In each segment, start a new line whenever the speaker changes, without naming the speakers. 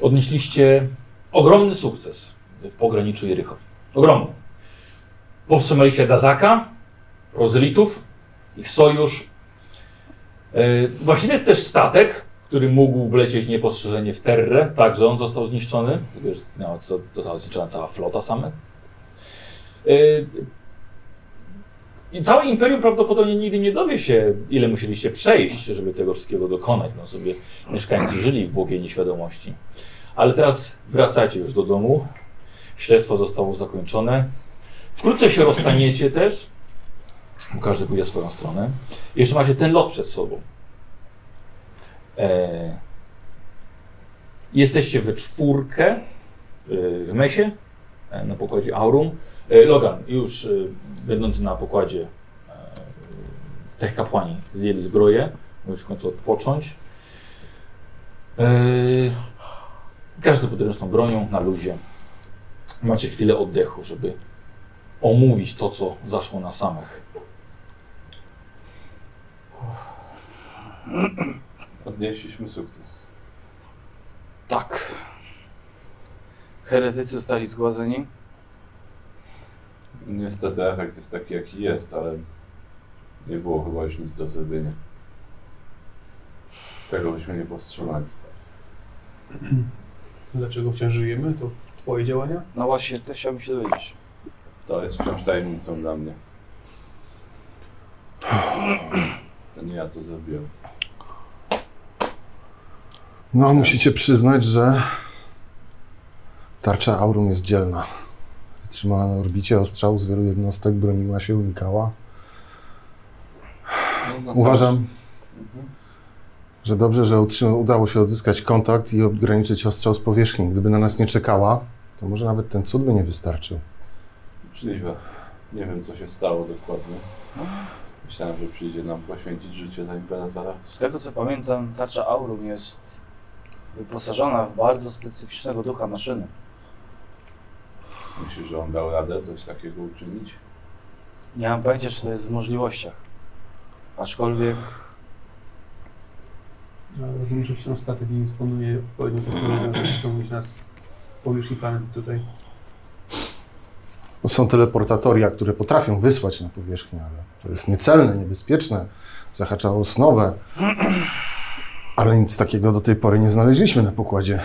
odnieśliście ogromny sukces w pograniczu Jericho. Ogromny. Powstrzymaliście Dazaka, Rozylitów, ich sojusz. Yy, właściwie też statek, który mógł wlecieć niepostrzeżenie w Terrę, także on został zniszczony. Tylko, że zginęła, co- została zniszczona cała flota E, samych. Yy, i całe imperium prawdopodobnie nigdy nie dowie się, ile musieliście przejść, żeby tego wszystkiego dokonać. No sobie mieszkańcy żyli w błogiej nieświadomości. Ale teraz wracacie już do domu. Śledztwo zostało zakończone. Wkrótce się rozstaniecie też. Bo każdy pójdzie swoją stronę. Jeszcze macie ten lot przed sobą. E... Jesteście we czwórkę y, w mesie e, na pokładzie Aurum. E, Logan, już e, będący na pokładzie e, tech kapłani zjedli zbroję, musisz w końcu odpocząć. E, Każdy pod ręczną bronią, na luzie. Macie chwilę oddechu, żeby omówić to, co zaszło na samych.
Odnieśliśmy sukces.
Tak. Heretycy zostali zgładzeni.
Niestety efekt jest taki jaki jest, ale nie było chyba już nic do zrobienia. Tego byśmy nie powstrzymali.
Dlaczego wciąż żyjemy? To twoje działania?
No właśnie, też chciałbym się dowiedzieć.
To jest wciąż tajemnicą dla mnie. To nie ja to zrobiłem.
No, musicie przyznać, że tarcza Aurum jest dzielna. Wytrzymała na orbicie ostrzał z wielu jednostek, broniła się, unikała.
No, na
Uważam,
całość. Mhm.
że dobrze, że utrzyma- udało się odzyskać kontakt i ograniczyć ostrzał z powierzchni. Gdyby na nas nie czekała, to może nawet ten cud by nie wystarczył.
Możliwe. Nie wiem, co się stało dokładnie. Myślałem, że przyjdzie nam poświęcić życie dla Imperatora.
Z tego co pamiętam, tarcza Aurum jest wyposażona w bardzo specyficznego ducha maszyny.
Myślisz, że on dał radę coś takiego uczynić?
Nie mam pojęcia, czy to jest w możliwościach. Aczkolwiek
Ale No, rozumiem, że wciąż statek nie dysponuje odpowiednią technologią, żeby ściągnąć nas z powierzchni planety tutaj.
No, Są teleportatoria, które potrafią wysłać na powierzchnię, ale to jest niecelne, niebezpieczne, zahacza o osnowę. Ale nic takiego do tej pory nie znaleźliśmy na pokładzie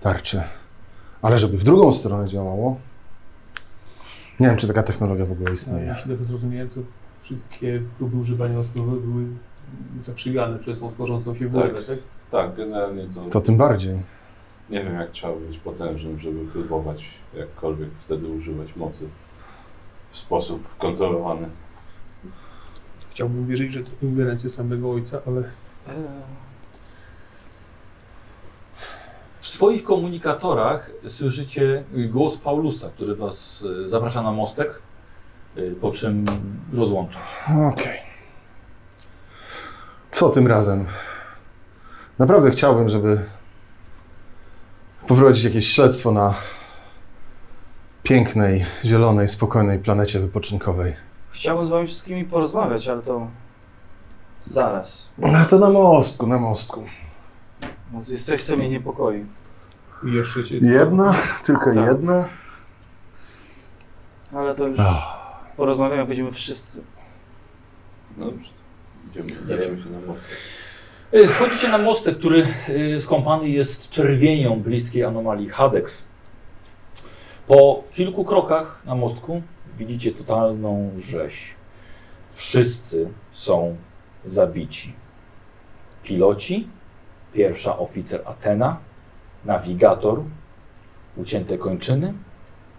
tarczy. Ale żeby w drugą stronę działało, nie wiem, czy taka technologia w ogóle
No,
istnieje.
jeśli dobrze zrozumiałem, to wszystkie próby używania osnowy były zakrzywioane przez odchodzącą się
Tak.
wodę, tak?
Tak, generalnie to,
To tym bardziej.
nie wiem, jak trzeba być potężnym, żeby próbować jakkolwiek wtedy używać mocy w sposób kontrolowany.
Chciałbym wierzyć, że to ingerencje samego ojca, ale
e,
W swoich komunikatorach słyszycie głos Paulusa, który was e, zaprasza na mostek, e, po czym rozłącza.
Okej. Co tym razem? Naprawdę chciałbym, żeby poprowadzić jakieś śledztwo na pięknej, zielonej, spokojnej planecie wypoczynkowej.
chciałbym z wami wszystkimi porozmawiać, ale to zaraz.
A to na mostku, na mostku.
Bo jest coś, co mnie niepokoi.
jeszcze się...
Jedna? Tylko
Tak.
jedna?
Ale to już porozmawiamy, jak będziemy wszyscy.
No dobrze, to idziemy, dajemy się na mocno.
E, Wchodzicie na mostek, który e, skąpany jest czerwienią bliskiej anomalii Hadex. Po kilku krokach na mostku widzicie totalną rzeź. Wszyscy są zabici. Piloci, pierwsza oficer Atena, nawigator, ucięte kończyny,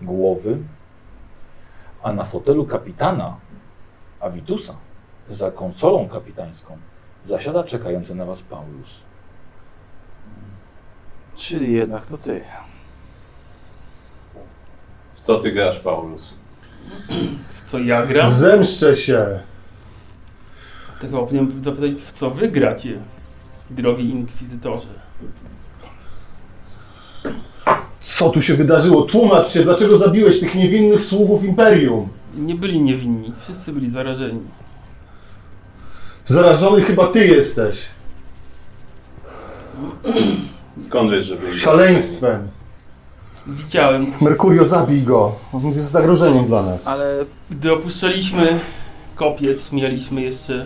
głowy, a na fotelu kapitana Avitusa, za konsolą kapitańską, Zasiada czekający na was Paulus.
Czyli jednak to ty.
W co ty grasz, Paulus?
W co ja gram?
Zemszczę się!
To chyba powinienem zapytać, w co wy gracie, drogi inkwizytorze.
Co tu się wydarzyło? Tłumacz się, dlaczego zabiłeś tych niewinnych sługów Imperium?
Nie byli niewinni, wszyscy byli zarażeni.
Zarażony chyba ty jesteś.
Skąd wiesz, że wygra?
Szaleństwem.
Widziałem.
Merkurio, zabij go. On jest zagrożeniem dla nas.
Ale
Gdy opuszczaliśmy kopiec, mieliśmy jeszcze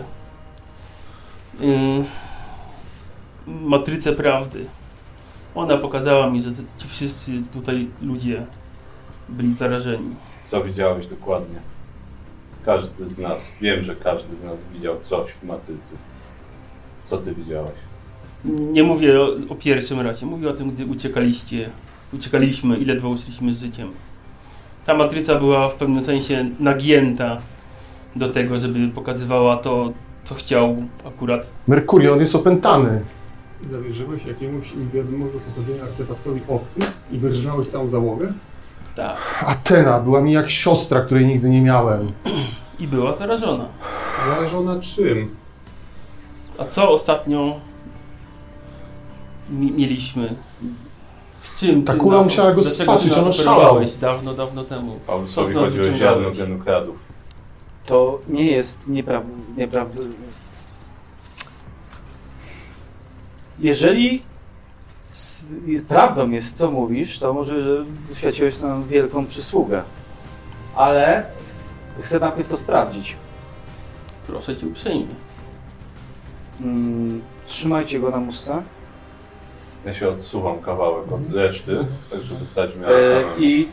yy, matrycę prawdy. Ona pokazała mi, że ci wszyscy tutaj ludzie byli zarażeni.
Co widziałeś dokładnie? Każdy z nas, wiem, że każdy z nas widział coś w matycy. Co ty widziałeś?
Nie mówię o, o pierwszym razie, mówię o tym, gdy uciekaliście, uciekaliśmy i ledwo uszliśmy z życiem. Ta matryca była w pewnym sensie nagięta do tego, żeby pokazywała to, co chciał akurat.
Merkurio, on jest opętany.
Zawierzyłeś jakiemuś niewiadomego pochodzenia artefaktowi obcym i wyrżnąłeś całą załogę?
Tak.
Atena była mi jak siostra, której nigdy nie miałem.
I była zarażona.
Zależona czym?
A co ostatnio mi mieliśmy? Z czym
Ta
ty
kula
nas-
musiała go
dlaczego
spaczyć,
ty nas
on
operowałeś
szalał.
dawno, dawno temu.
Paulusowi
Co znaczy,
chodziło o
czym
ziarno
dałeś?
genukradów.
to nie jest niepraw... niepraw... Jeżeli s- prawdą jest, co mówisz, to może, że świeciłeś nam wielką przysługę. Ale chcę najpierw to sprawdzić.
Proszę cię uprzejmie.
Mm, trzymajcie go na muszce.
Ja się odsuwam kawałek od reszty, tak żeby stać w miarę
Mhm. E,
samemu,
I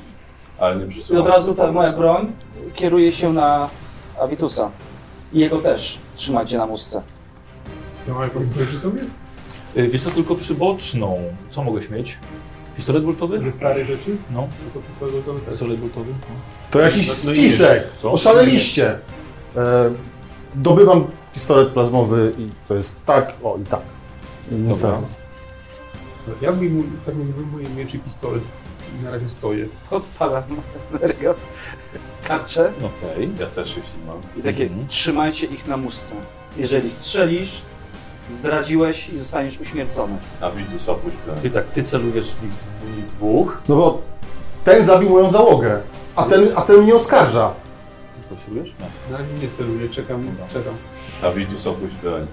ale nie
I
przysuwam.
od razu
się do
ta moja
Paulusa.
broń kieruje się na Avitusa. I jego też trzymajcie na muszce.
Ja mam jakąś broń przy sobie?
Y, Wiesz co, tylko przyboczną. Co mogłeś mieć? Pistolet bultowy?
Ze starej rzeczy?
No,
Tylko pisałem do tego.
pistolet bultowy.
To jakiś
No, no i No
spisek.
Co?
Oszaleliście. E, dobywam pistolet plazmowy i to jest tak, o i tak.
Dobra.
Ja wyjmuję, tak mówię, wyjmuję miecz i pistolet i na razie stoję.
Odpalam energię, karczę
No. Okej.
Ja też jeśli mam.
i takie
Mhm.
trzymajcie ich na muszce. Jeżeli strzelisz, zdradziłeś i zostaniesz uśmiercony.
A widus opuść broń.
Ty tak, ty celujesz w, ich- w nich dwóch.
No bo ten zabił moją załogę, a ten, a ten mnie oskarża.
Ty celujesz? No.
Na razie nie celuję, czekam, czekam.
A widus opuść broń.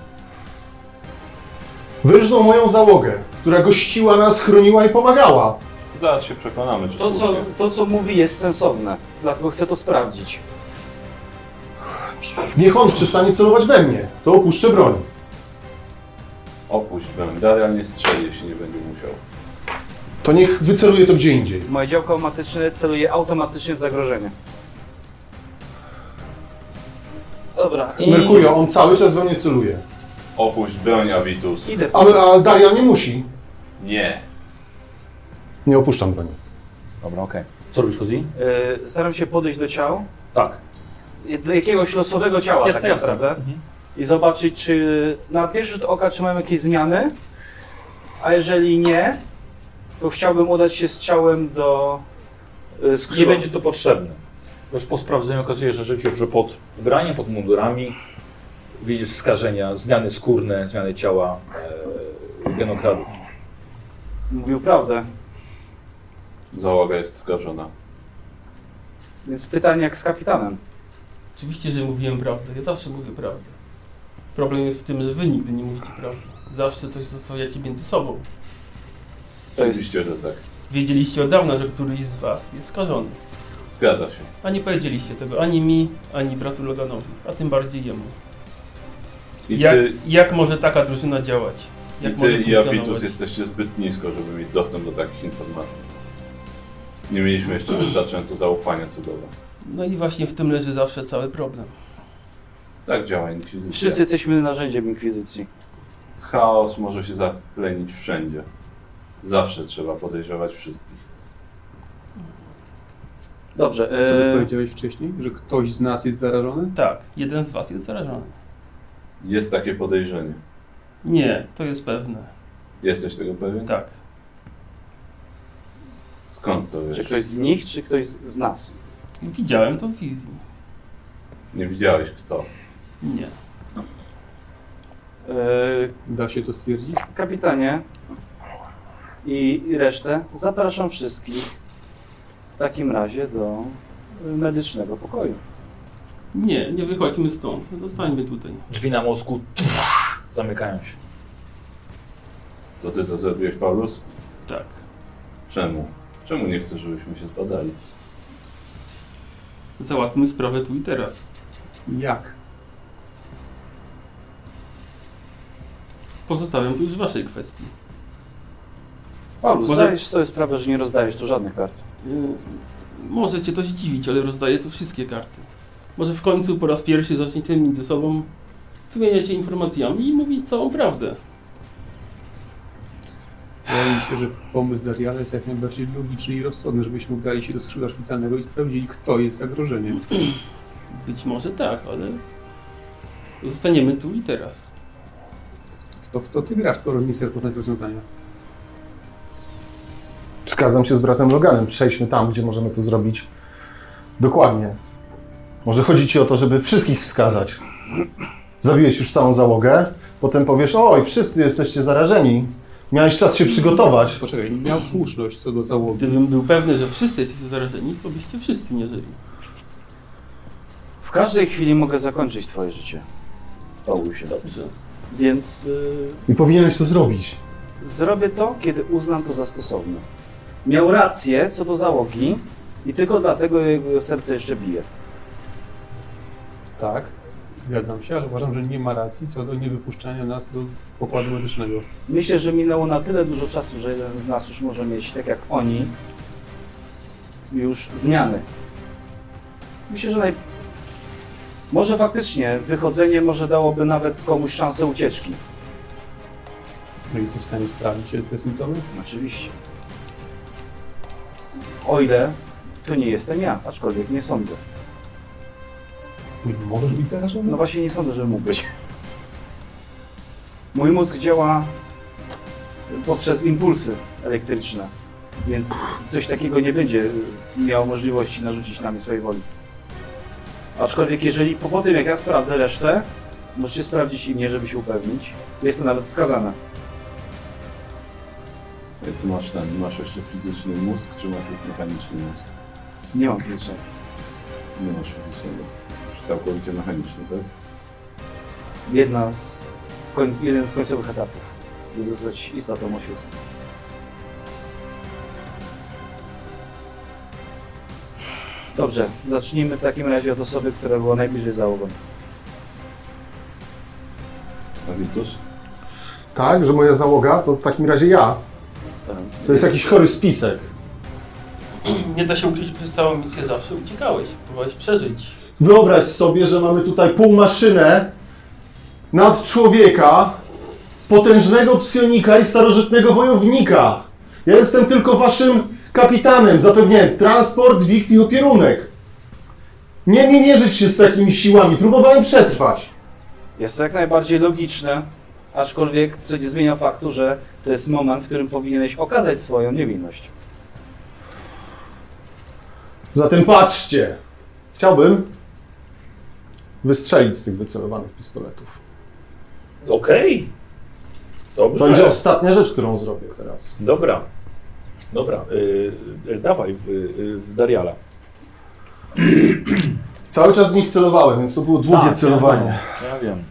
Wyrżnął moją załogę, która gościła nas, chroniła i pomagała.
Zaraz się przekonamy, czy
To co,
słusznie.
to, co mówi, jest sensowne, dlatego chcę to sprawdzić.
Niech on przestanie celować we mnie, to opuszczę broń.
Opuść broń. Darian nie strzeli, jeśli nie będzie musiał.
To niech wyceluje to gdzie indziej.
Moje działko automatyczne celuje automatycznie w zagrożenie. Dobra, i
Merkurio, on cały czas we mnie celuje.
Opuść broń, Avitus.
idę po
Ale a Darian nie musi.
Nie.
Nie opuszczam broni.
Dobra, okej. Co robisz, Kozi?
Y, staram się podejść do ciał,
Tak.
do jakiegoś losowego ciała
Jasne,
tak
jasne.
naprawdę i zobaczyć, czy na pierwszy rzut oka czy mam jakieś zmiany, a jeżeli nie, to chciałbym udać się z ciałem do y,
Nie
skrzydła.
będzie to potrzebne. Już po sprawdzeniu okazuje się, że rzeczywiście że pod ubraniem, pod mundurami widzisz skażenia, zmiany skórne, zmiany ciała e, genokradów.
Mówił prawdę,
Załoga jest skażona.
więc pytanie jak z kapitanem.
Oczywiście, że mówiłem prawdę. Ja zawsze mówię prawdę. Problem jest w tym, że wy nigdy nie mówicie prawdy. Zawsze coś zostawiacie między sobą.
To jest-
Oczywiście, że tak.
Wiedzieliście od dawna, że któryś z was jest skażony.
Zgadza się.
A nie powiedzieliście tego ani mi, ani bratu Loganowi, a tym bardziej jemu.
I
Jak,
ty,
jak może taka drużyna działać? Jak
i,
może
ty i Avitus
funkcjonować?
jesteście zbyt nisko, żeby mieć dostęp do takich informacji. Nie mieliśmy jeszcze wystarczająco zaufania co do was.
No i właśnie w tym leży zawsze cały problem.
Tak działa inkwizycja.
Wszyscy jesteśmy narzędziem inkwizycji.
Chaos może się zaplenić wszędzie. Zawsze trzeba podejrzewać wszystkich.
Dobrze,
Co
E-
ty
y,
powiedziałeś wcześniej? Że ktoś z nas jest zarażony?
Tak, jeden z was jest zarażony.
Jest takie podejrzenie.
Nie, to jest pewne.
Jesteś tego pewien?
Tak.
Skąd to wiesz?
czy ktoś z nich, czy ktoś z z nas?
Widziałem to w wizji.
Nie widziałeś kto.
Nie.
Y,
Da się to stwierdzić?
kapitanie i i resztę zapraszam wszystkich w takim razie do y, medycznego pokoju.
Nie, nie wychodźmy stąd. Zostańmy tutaj.
Drzwi na mózgu zamykają się.
To ty to zrobiłeś, Paulus?
Tak.
Czemu? Czemu nie chcesz, żebyśmy się zbadali?
Załatwmy sprawę tu i teraz.
Jak?
Pozostawiam to już w waszej kwestii.
Paulus,
Może-
zdajesz sobie sprawę, że nie rozdajesz tu żadnych kart.
Yy, Może cię to zdziwić, ale rozdaję tu wszystkie karty. Może w końcu po raz pierwszy zaczniecie między sobą wymieniać się informacjami i mówić całą prawdę.
Wydaje mi się, że pomysł Dariana jest jak najbardziej logiczny i rozsądny, żebyśmy udali się do skrzydła szpitalnego i sprawdzili, kto jest zagrożeniem.
Być może tak, ale zostaniemy tu i teraz.
W to, w co ty grasz, skoro nie chcesz poznać rozwiązania?
Zgadzam się z bratem Loganem. Przejdźmy tam, gdzie możemy to zrobić dokładnie. Może chodzi ci o to, żeby wszystkich wskazać. Zabiłeś już całą załogę, potem powiesz: Oj, wszyscy jesteście zarażeni. Miałeś czas się przygotować.
Poczekaj, miał słuszność co do załogi.
Gdybym był pewny, że wszyscy jesteście zarażeni, to byście wszyscy nie żyli.
W każdej chwili mogę zakończyć twoje życie, Paulusie.
Dobrze.
Więc y,
I powinieneś to zrobić.
Zrobię to, kiedy uznam to za stosowne. Miał rację co do załogi i tylko dlatego jego serce jeszcze bije.
Tak, zgadzam się, ale uważam, że nie ma racji co do niewypuszczania nas do pokładu medycznego.
Myślę, że minęło na tyle dużo czasu, że jeden z nas już może mieć, tak jak oni, już zmiany. Myślę, że naj... Może faktycznie wychodzenie może dałoby nawet komuś szansę ucieczki.
No jesteś w stanie sprawdzić się z te symptomy?
Oczywiście. O ile to nie jestem ja, aczkolwiek nie sądzę.
Możesz być zarażony?
No właśnie nie sądzę, że mógł być. Mój mózg działa poprzez impulsy elektryczne, więc coś takiego nie będzie miał możliwości narzucić na mnie swojej woli. Aczkolwiek jeżeli po po tym jak ja sprawdzę resztę, możecie sprawdzić i mnie, żeby się upewnić. Jest to nawet wskazane.
Jak ty masz ten, masz jeszcze fizyczny mózg, czy masz już mechaniczny mózg?
Nie mam fizycznej.
Nie masz fizycznego. Już całkowicie mechaniczny, tak?
Jedna z, koń, jeden z końcowych etapów, by zostać istotą oświeconą. Dobrze, zacznijmy w takim razie od osoby, która była najbliżej załogą.
A Wiltus?
Tak, że moja załoga to w takim razie ja. To jest jakiś chory spisek.
Nie da się ukryć, przez całą misję zawsze uciekałeś. Próbowałeś przeżyć.
Wyobraź sobie, że mamy tutaj pół maszynę nad człowieka, potężnego psionika i starożytnego wojownika. Ja jestem tylko waszym kapitanem. Zapewniałem transport, wikt i opierunek. Nie mi mierzyć się z takimi siłami. Próbowałem przetrwać.
Jest to jak najbardziej logiczne, aczkolwiek co nie zmienia faktu, że to jest moment, w którym powinieneś okazać swoją niewinność.
Zatem patrzcie. Chciałbym wystrzelić z tych wycelowanych pistoletów.
Okej.
To
Dobrze.
będzie ostatnia rzecz, którą zrobię teraz.
Dobra. Dobra. y, y, dawaj w, y, w Dariala.
Cały czas z nich celowałem, więc to było długie
Tak,
celowanie.
Ja wiem.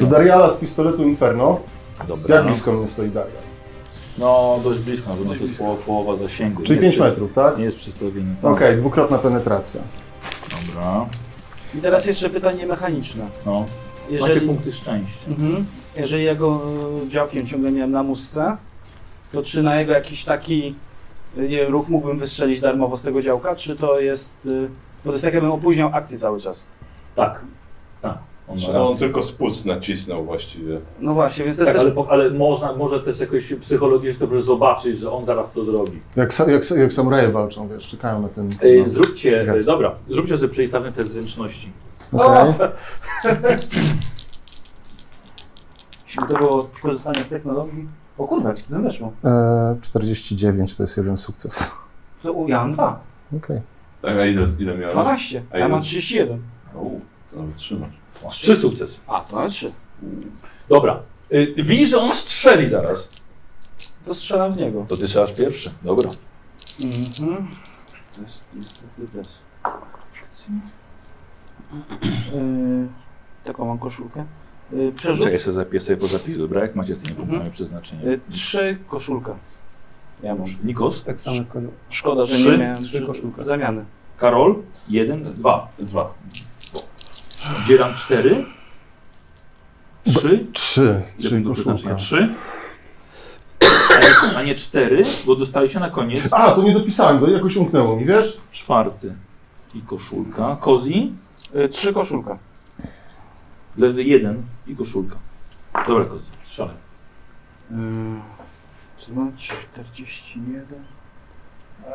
Do Dariala z pistoletu Inferno.
Dobra.
Jak Tak blisko mnie stoi Darial?
No, dość blisko, bo to jest połowa, połowa zasięgu.
Czyli
Nie
5
jest-
metrów, tak?
Nie jest przystawienie.
Okej, dwukrotna penetracja.
Dobra.
I teraz jeszcze pytanie mechaniczne.
No. Macie
Jeżeli,
punkty szczęścia.
mhm, jeżeli jego działkiem ciągle miałem na musce, to czy na jego jakiś taki nie wiem, ruch mógłbym wystrzelić darmowo z tego działka, czy to jest... y, Bo to jest tak, jakbym opóźniał akcję cały czas.
Tak. Tak. On ma
No, on
rację.
tylko spust nacisnął właściwie.
No właśnie, więc to
Tak,
jest też...
ale, po- ale można, może też jakoś psychologicznie dobrze zobaczyć, że on zaraz to zrobi.
Jak, sa- jak, sa- jak samuraje walczą, wiesz, czekają na ten...
Y, Zróbcie,
Gest.
dobra, zróbcie sobie przeciwstawne te zręczności.
No. Okej.
Jeśli to było korzystanie z technologii... no O kurwa, jak się tym weszło.
E, 49 to jest jeden sukces.
To u- ja mam dwa.
Okej.
Tak, a ile, ile miałeś?
12.
A
Ja
ja-
mam 31.
Uuu, to nawet trzymasz.
Trzy sukcesy.
A, to mam 3.
Dobra. Y, Widzisz, że on strzeli zaraz.
To strzelam w niego.
To ty strzelasz pierwszy. Dobra.
Mhm. To jest niestety też. Yy, taką E, mam koszulkę. y, przerzut.
Czekaj, jeszcze zapiszę sobie po zapisu, dobra? Jak macie z tymi punktami
Mhm.
przeznaczenia?
Y, Trzy koszulka. Ja mam.
Nikos,
Tak samo jak konio.
Szkoda, że
Trzy?
nie miałem
Trzy koszulka.
zamiany.
Karol, jeden, dwa. Dwa. Dzieran cztery. Trzy.
Trzy,
Jeden
czyli
do przeznaczenia
koszulka.
trzy. A nie- A nie cztery, bo dostaliście na koniec
A, to nie dopisałem go, jakoś umknęło mi, wiesz?
czwarty. I koszulka. Kozi,
Y, Trzy koszulka.
lewy jeden i koszulka. Dobra, Kozi, szalej.
Y, Czy mam 41? Eee,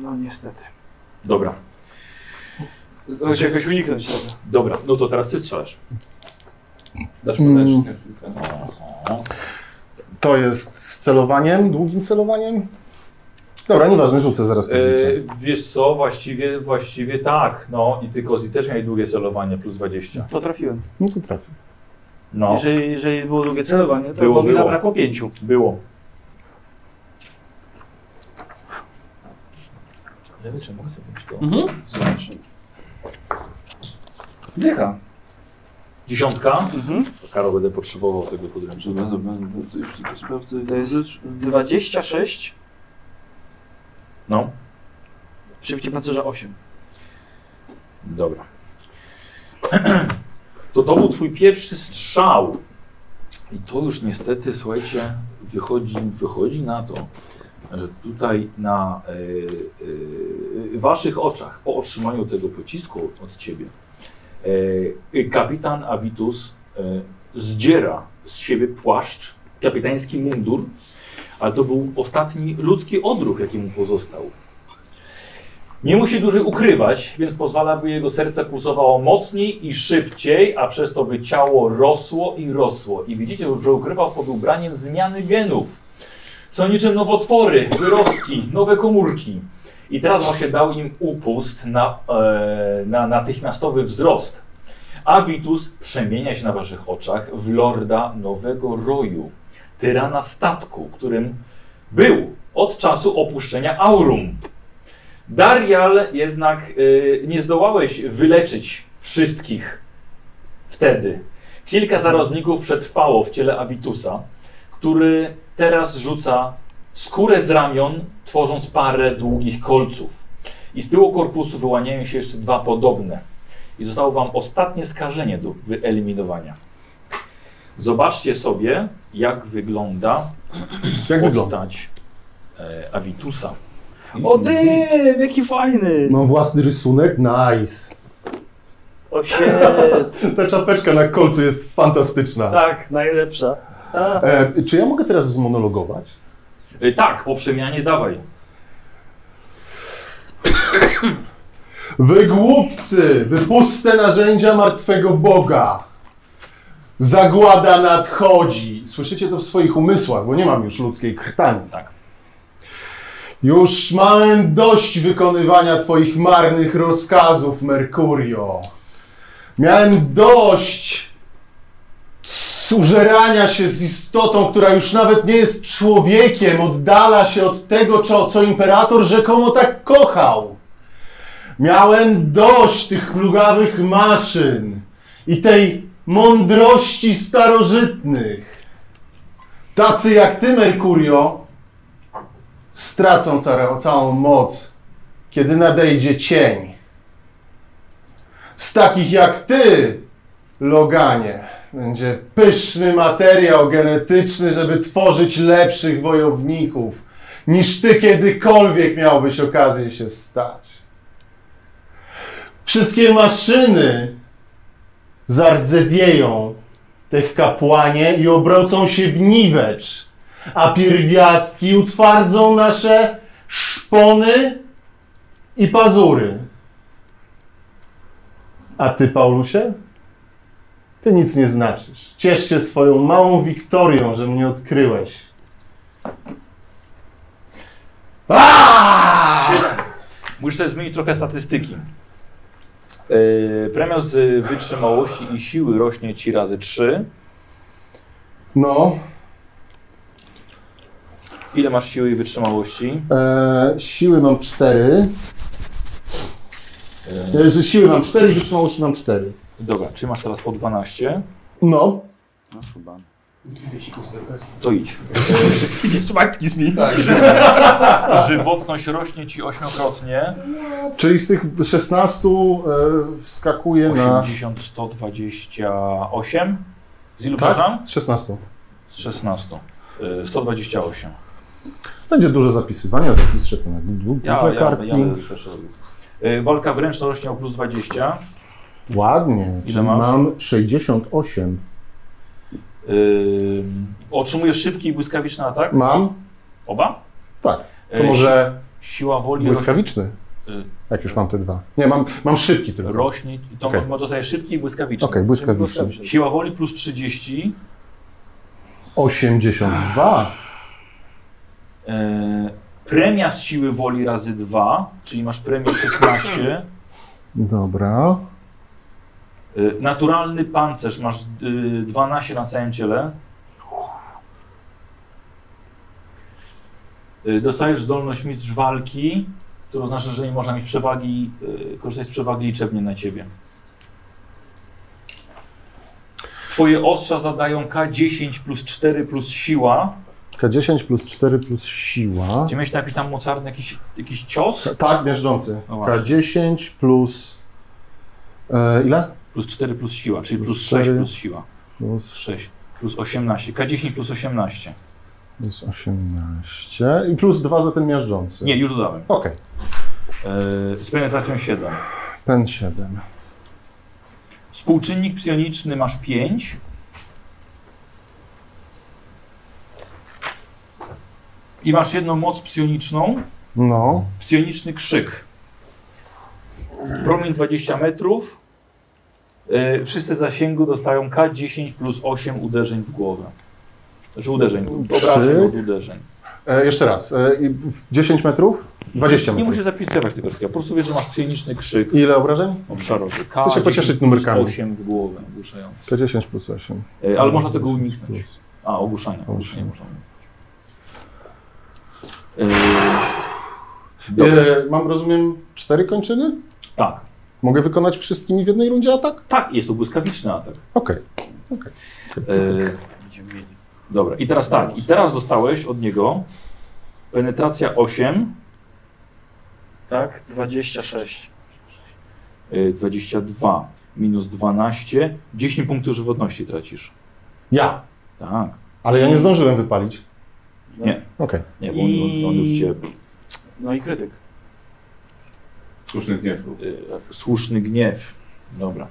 No niestety.
Dobra,
Zdało się jakoś uniknąć tego.
dobra. No to teraz ty strzelasz.
Dasz
Mm.
potężnie kilka.
O,
To jest z celowaniem, długim celowaniem? Dobra, nieważne, rzucę zaraz po
Yy, wiesz co, właściwie, właściwie tak. No i ty Kozi też miałeś długie celowanie, plus 20.
To trafiłem.
No to trafi.
No,
Jeżeli, jeżeli było drugie celowanie, to
Było,
było, mi
było.
zabrakło pięciu.
było.
ja wiem, czy mogę sobie mieć to.
Mhm.
Znacznie.
Dycha.
Dziesiątka.
Mhm.
Karol, będę potrzebował tego podręcznika.
Dobrze, będę, będę, to już tylko sprawdzę.
To jest 26
No,
Przybicie pancerza 8.
dobra. To to był twój pierwszy strzał. I to już niestety, słuchajcie, wychodzi, wychodzi na to, że tutaj na e, e, waszych oczach, po otrzymaniu tego pocisku od ciebie, e, kapitan Avitus e, zdziera z siebie płaszcz, kapitański mundur, ale to był ostatni ludzki odruch, jaki mu pozostał. Nie musi dłużej ukrywać, więc pozwala, by jego serce pulsowało mocniej i szybciej, a przez to by ciało rosło i rosło. I widzicie, że ukrywał pod ubraniem zmiany genów. Są niczym nowotwory, wyrostki, nowe komórki. I teraz właśnie dał im upust na, e, na natychmiastowy wzrost. A Vitus przemienia się na waszych oczach w lorda nowego roju, tyrana statku, którym był od czasu opuszczenia Aurum. Darial jednak y, nie zdołałeś wyleczyć wszystkich wtedy. Kilka zarodników przetrwało w ciele Avitusa, który teraz rzuca skórę z ramion, tworząc parę długich kolców. I z tyłu korpusu wyłaniają się jeszcze dwa podobne. I zostało wam ostatnie skażenie do wyeliminowania. Zobaczcie sobie, jak wygląda
Jak wygląda?
postać e, Avitusa.
O ty, jaki fajny!
Mam własny rysunek? Nice.
O shit.
Ta czapeczka na kolcu jest fantastyczna.
Tak, najlepsza. A.
E, czy ja mogę teraz zmonologować?
Y, tak, po przemianie dawaj.
Wy głupcy, wy puste narzędzia martwego Boga. Zagłada nadchodzi. Słyszycie to w swoich umysłach, bo nie mam już ludzkiej krtani.
Tak.
Już mam dość wykonywania twoich marnych rozkazów, Merkurio. Miałem dość użerania się z istotą, która już nawet nie jest człowiekiem, oddala się od tego, co, co imperator rzekomo tak kochał. Miałem dość tych plugawych maszyn i tej mądrości starożytnych. Tacy jak ty, Merkurio, stracą ca- całą moc, kiedy nadejdzie cień. Z takich jak ty, Loganie, będzie pyszny materiał genetyczny, żeby tworzyć lepszych wojowników, niż ty kiedykolwiek miałbyś okazję się stać. Wszystkie maszyny zardzewieją tych kapłanie i obrocą się w niwecz, a pierwiastki utwardzą nasze szpony i pazury. A ty, Paulusie? Ty nic nie znaczysz. Ciesz się swoją małą wiktorią, że mnie odkryłeś. Aaaa!
Musisz też zmienić trochę statystyki. Yy, premia z y, wytrzymałości i siły rośnie ci razy 3.
No,
Ile masz siły i wytrzymałości?
E, siły mam 4. E, że siły mam 4, wytrzymałości mam 4.
Dobra, czy masz teraz po 12?
No.
No chyba.
Jeśli pusty bez.
To idź.
Idziesz matki zmienić.
Tak.
Żywotność rośnie ci ośmiokrotnie.
Czyli z tych 16 e, wskakuje na...
80, 128. Z ilu
Tak?
przepraszam?
16.
Z 16. Y, 128.
Będzie dużo zapisywania, zapis szatana, duże kartki.
też robię. Y, Walka wręczna rośnie o plus 20.
Ładnie, czyli
masz?
mam 68.
Y, Otrzymujesz szybki i błyskawiczny atak.
Mam?
Oba?
Tak.
Y,
To może
Siła woli rośnie,
błyskawiczny?
no. Y.
Jak już mam te dwa. Nie, mam, mam szybki tylko. Okej,
rośnie. To
Okej.
okay. dostaje szybki i błyskawiczny.
błyskawiczny.
Siła woli plus 30.
82.
E, premia z siły woli razy 2, czyli masz premię 16.
Dobra.
E, naturalny pancerz masz y, 12 na całym ciele. E, dostajesz zdolność mistrz walki, to oznacza, że nie można mieć przewagi, e, korzystać z przewagi liczebnie na ciebie. Twoje ostrza zadają K10 plus 4 plus siła.
K10 plus 4 plus siła.
Czy miałeś tam jakiś tam mocarny jakiś, jakiś cios?
Tak, miażdżący.
No właśnie.
K10 plus... E, ile?
Plus 4 plus siła, czyli
Plus
plus 6
cztery.
plus siła.
Plus
6 plus 18. K10 plus 18.
Plus 18 i plus 2 za ten miażdżący.
Nie, już dodałem.
Okej,
Yy, z penetracją 7.
pen 7.
Współczynnik psioniczny masz 5. I masz jedną moc psioniczną.
No,
Psioniczny krzyk. Promień 20 metrów. Yy, wszyscy w zasięgu dostają K10 plus 8 uderzeń w głowę. Znaczy uderzeń, obrażeń od uderzeń.
e, jeszcze raz. E, i w 10 metrów? 20
Nie
metrów.
musisz zapisywać tego wszystkiego. Po prostu wiesz, że masz psioniczny krzyk.
Ile obrażeń?
obszarowy. K,
Chcę się pocieszyć numerkami.
8 w głowę, ogłuszający.
K10 plus 8.
E, Ale można tego uniknąć.
Plus.
A, ogłuszania. Ogłuszenie
Ogłuszenie.
można uniknąć.
Y,
E, dobra,
E, mam, rozumiem, 4 kończyny?
tak.
Mogę wykonać wszystkimi w jednej rundzie atak?
Tak, jest to błyskawiczny atak.
Okej.
E, dobra, i teraz tak. I teraz dostałeś od niego penetracja 8,
Tak, 26.
e, 22, minus 12, 10 punktów żywotności tracisz.
Ja,
Tak.
ale ja nie zdążyłem wypalić.
Nie.
Okej.
Nie, bo on, on, on już cię
No i krytyk.
Słuszny gniew. był.
E, słuszny gniew. Dobra.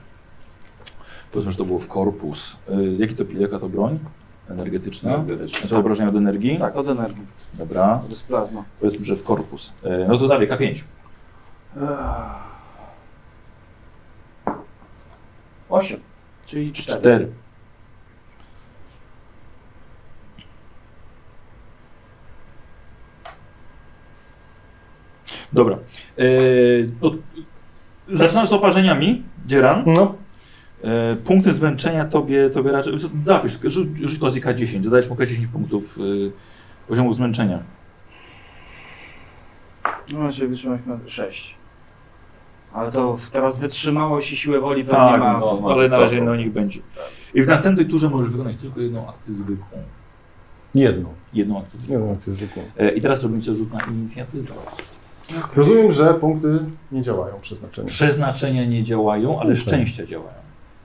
Powiedzmy, że to było w korpus. E, Jaki to, jaka to broń? Energetyczna?
Energetyczny.
Znaczy obrażenia od energii?
Tak, od energii.
Dobra.
To jest plazma.
Powiedzmy, że w korpus. E, No to dalej, K5.
8. Czyli 4.
4. Dobra. E, no, zaczynasz z oparzeniami, Dzieran.
No,
E, punkty zmęczenia tobie, tobie raczej. Zapisz, rzuć, rzuć kozik K10, zadajesz mu K10 punktów y, poziomu zmęczenia.
No, się wytrzymać na 6. Ale to teraz wytrzymało się siłę woli pewnie
Tak,
ma.
no,
ma
ale na
wysoko,
razie na nich
więc-
będzie. I w następnej turze możesz wykonać tylko jedną akcję zwykłą.
jedną.
Jedną akcję zwykłą.
Jedną akcję zwykłą.
E, I teraz robimy sobie rzut na inicjatywę.
Rozumiem, że punkty nie działają przeznaczenia.
Przeznaczenia nie działają, ale
Super.
szczęścia działają.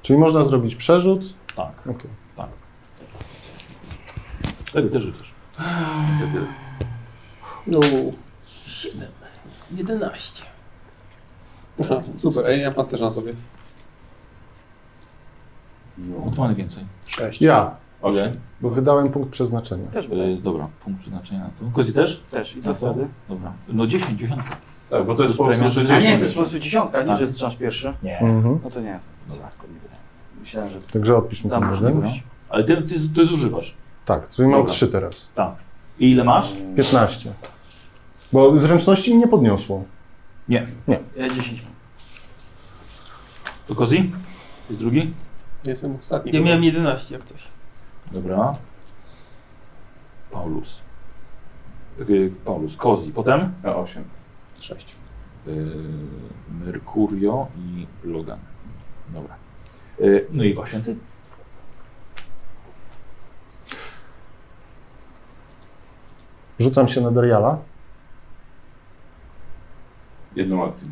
Czyli można zrobić przerzut.
Tak.
Okej.
Lepiej też rzucasz. Inicjatywę.
No,
7. 11.
Aha, super, a ja nie mam pancerza na sobie.
No, Kto ma najwięcej?
6.
Ja,
Osiem.
bo wydałem punkt przeznaczenia.
Też
E, dobra, punkt przeznaczenia na to. Kozi też?
Też. I
Na
co
to?
wtedy?
Dobra. No 10, 10.
Tak, bo to jest
To
po prostu,
premia-
że
A nie, to
10
jest po prostu dziesiątka, nie,
Tak.
że zaczynasz pierwszy.
Nie.
Mhm.
No to nie.
Dobra.
Myślałem, że
Także odpisz mi
da
ten jeden.
możliwość.
Ale ty, ty, ty zużywasz.
Tak, czyli mam
Dobra.
trzy teraz.
I ile masz?
15. Bo zręczności mi nie podniosło.
Nie.
Ja 10 mam.
To Kozi? Jest drugi?
Ja jestem ostatni.
Ja miałem 11 jak coś.
Dobra. Paulus. Y, Paulus, Kozi. Potem?
na 8.
6.
Yy, E, Mercurio i Logan. Dobra. Y, no i właśnie ty.
Rzucam się na Dariala
Jedną akcją.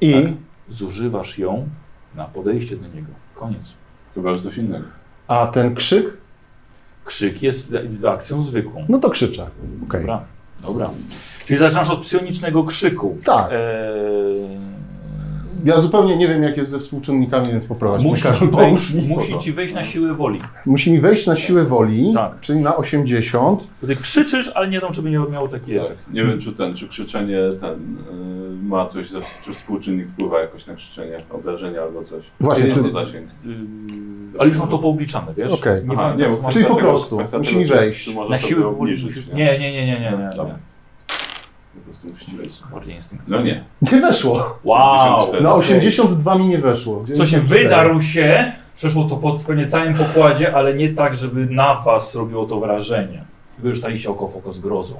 i
Zużywasz ją na podejście do niego. Koniec.
Chyba, że coś innego.
a ten krzyk,
Krzyk jest akcją zwykłą.
no to krzyczę. Okej.
Dobra, dobra. Czyli zaczynasz od psionicznego krzyku.
Tak.
Eee,
Ja zupełnie nie wiem, jak jest ze współczynnikami, więc poprowadź. mnie,
Musi,
Karol, pomóż
wejść,
mi.
musi ci wejść na siłę woli.
Musi mi wejść na siłę woli,
Tak.
czyli na 80.
Bo Ty krzyczysz, ale nie wiem, czy by nie miało taki efekt.
Tak. Nie wiem, czy ten, czy krzyczenie ten y, ma coś, za, czy współczynnik wpływa jakoś na krzyczenie, obrażenia albo coś.
Właśnie,
nie
czy-
to zasięg.
Yy, ale już mam to poubliczane, wiesz?
Okej.
Nie,
Aha,
pamiętam,
No, nie,
co
bo
mam-
Czyli po
dlatego
prostu,
kwestia
musi
tego,
mi
czy-
wejść.
czy może
na
sobie
siłę woli.
obniżyć,
Nie, nie, nie, nie, nie. nie,
Dobra.
nie.
Po prostu musi wejść.
Bardziej instynkt.
No nie.
Nie weszło.
Wow!
54.
Na 82 mi nie weszło.
Co się
94.
wydarł się, przeszło to pod pewnie całym pokładzie, ale nie tak, żeby na was robiło to wrażenie. Wy już staliście oko w oko z grozą.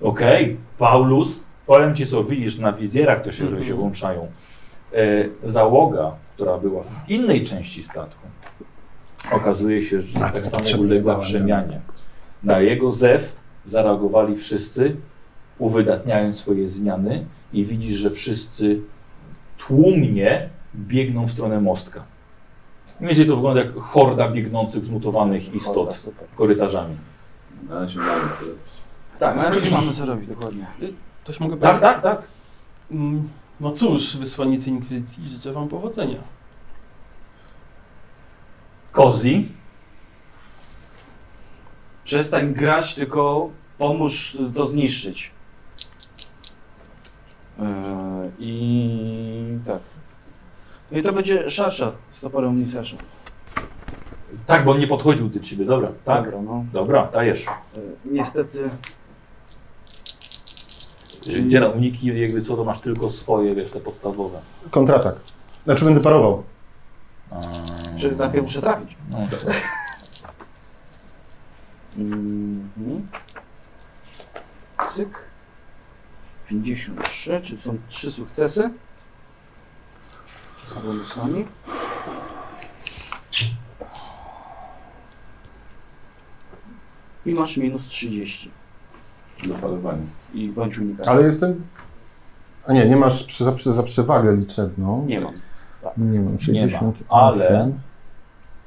Okej, Paulus, powiem ci co widzisz na wizjerach, to się,
Mhm.
które się włączają. E, załoga, która była w innej części statku, okazuje się, że
A,
tak
tego
samo
potrzebnie
uległa
dałem,
przemianie. Na jego zew zareagowali wszyscy, uwydatniając swoje zmiany i widzisz, że wszyscy tłumnie biegną w stronę mostka. Mniej więcej to wygląda jak horda biegnących zmutowanych
Dobra,
istot
super.
korytarzami.
Na razie mamy co robić.
Tak, na razie mamy co robić, dokładnie.
Coś mogę
Tak,
powiedzieć?
tak, tak.
Mm, No cóż, wysłannicy Inkwizycji, życzę wam powodzenia.
Kozi,
Przestań grać, tylko pomóż to zniszczyć. Yy, I tak. No i to będzie szarsza z toporem Unisasza.
tak, bo on nie podchodził do ciebie, dobra, tak.
Dobra, no.
Dobra, dajesz.
Yy, Niestety
Czyli Gdzie uniki, jakby co, to masz tylko swoje, wiesz, te podstawowe.
Kontratak. Znaczy będę parował.
Czy najpierw muszę trafić?
No, to-
Mhm. Cyk. 53, czyli są trzy sukcesy. Z bonusami. I masz minus 30.
Do falowania.
I bądź unikaj.
Ale jestem... A nie, nie masz przy, za, przy, za przewagę liczebną.
Nie mam.
Nie mam. 60.
ale-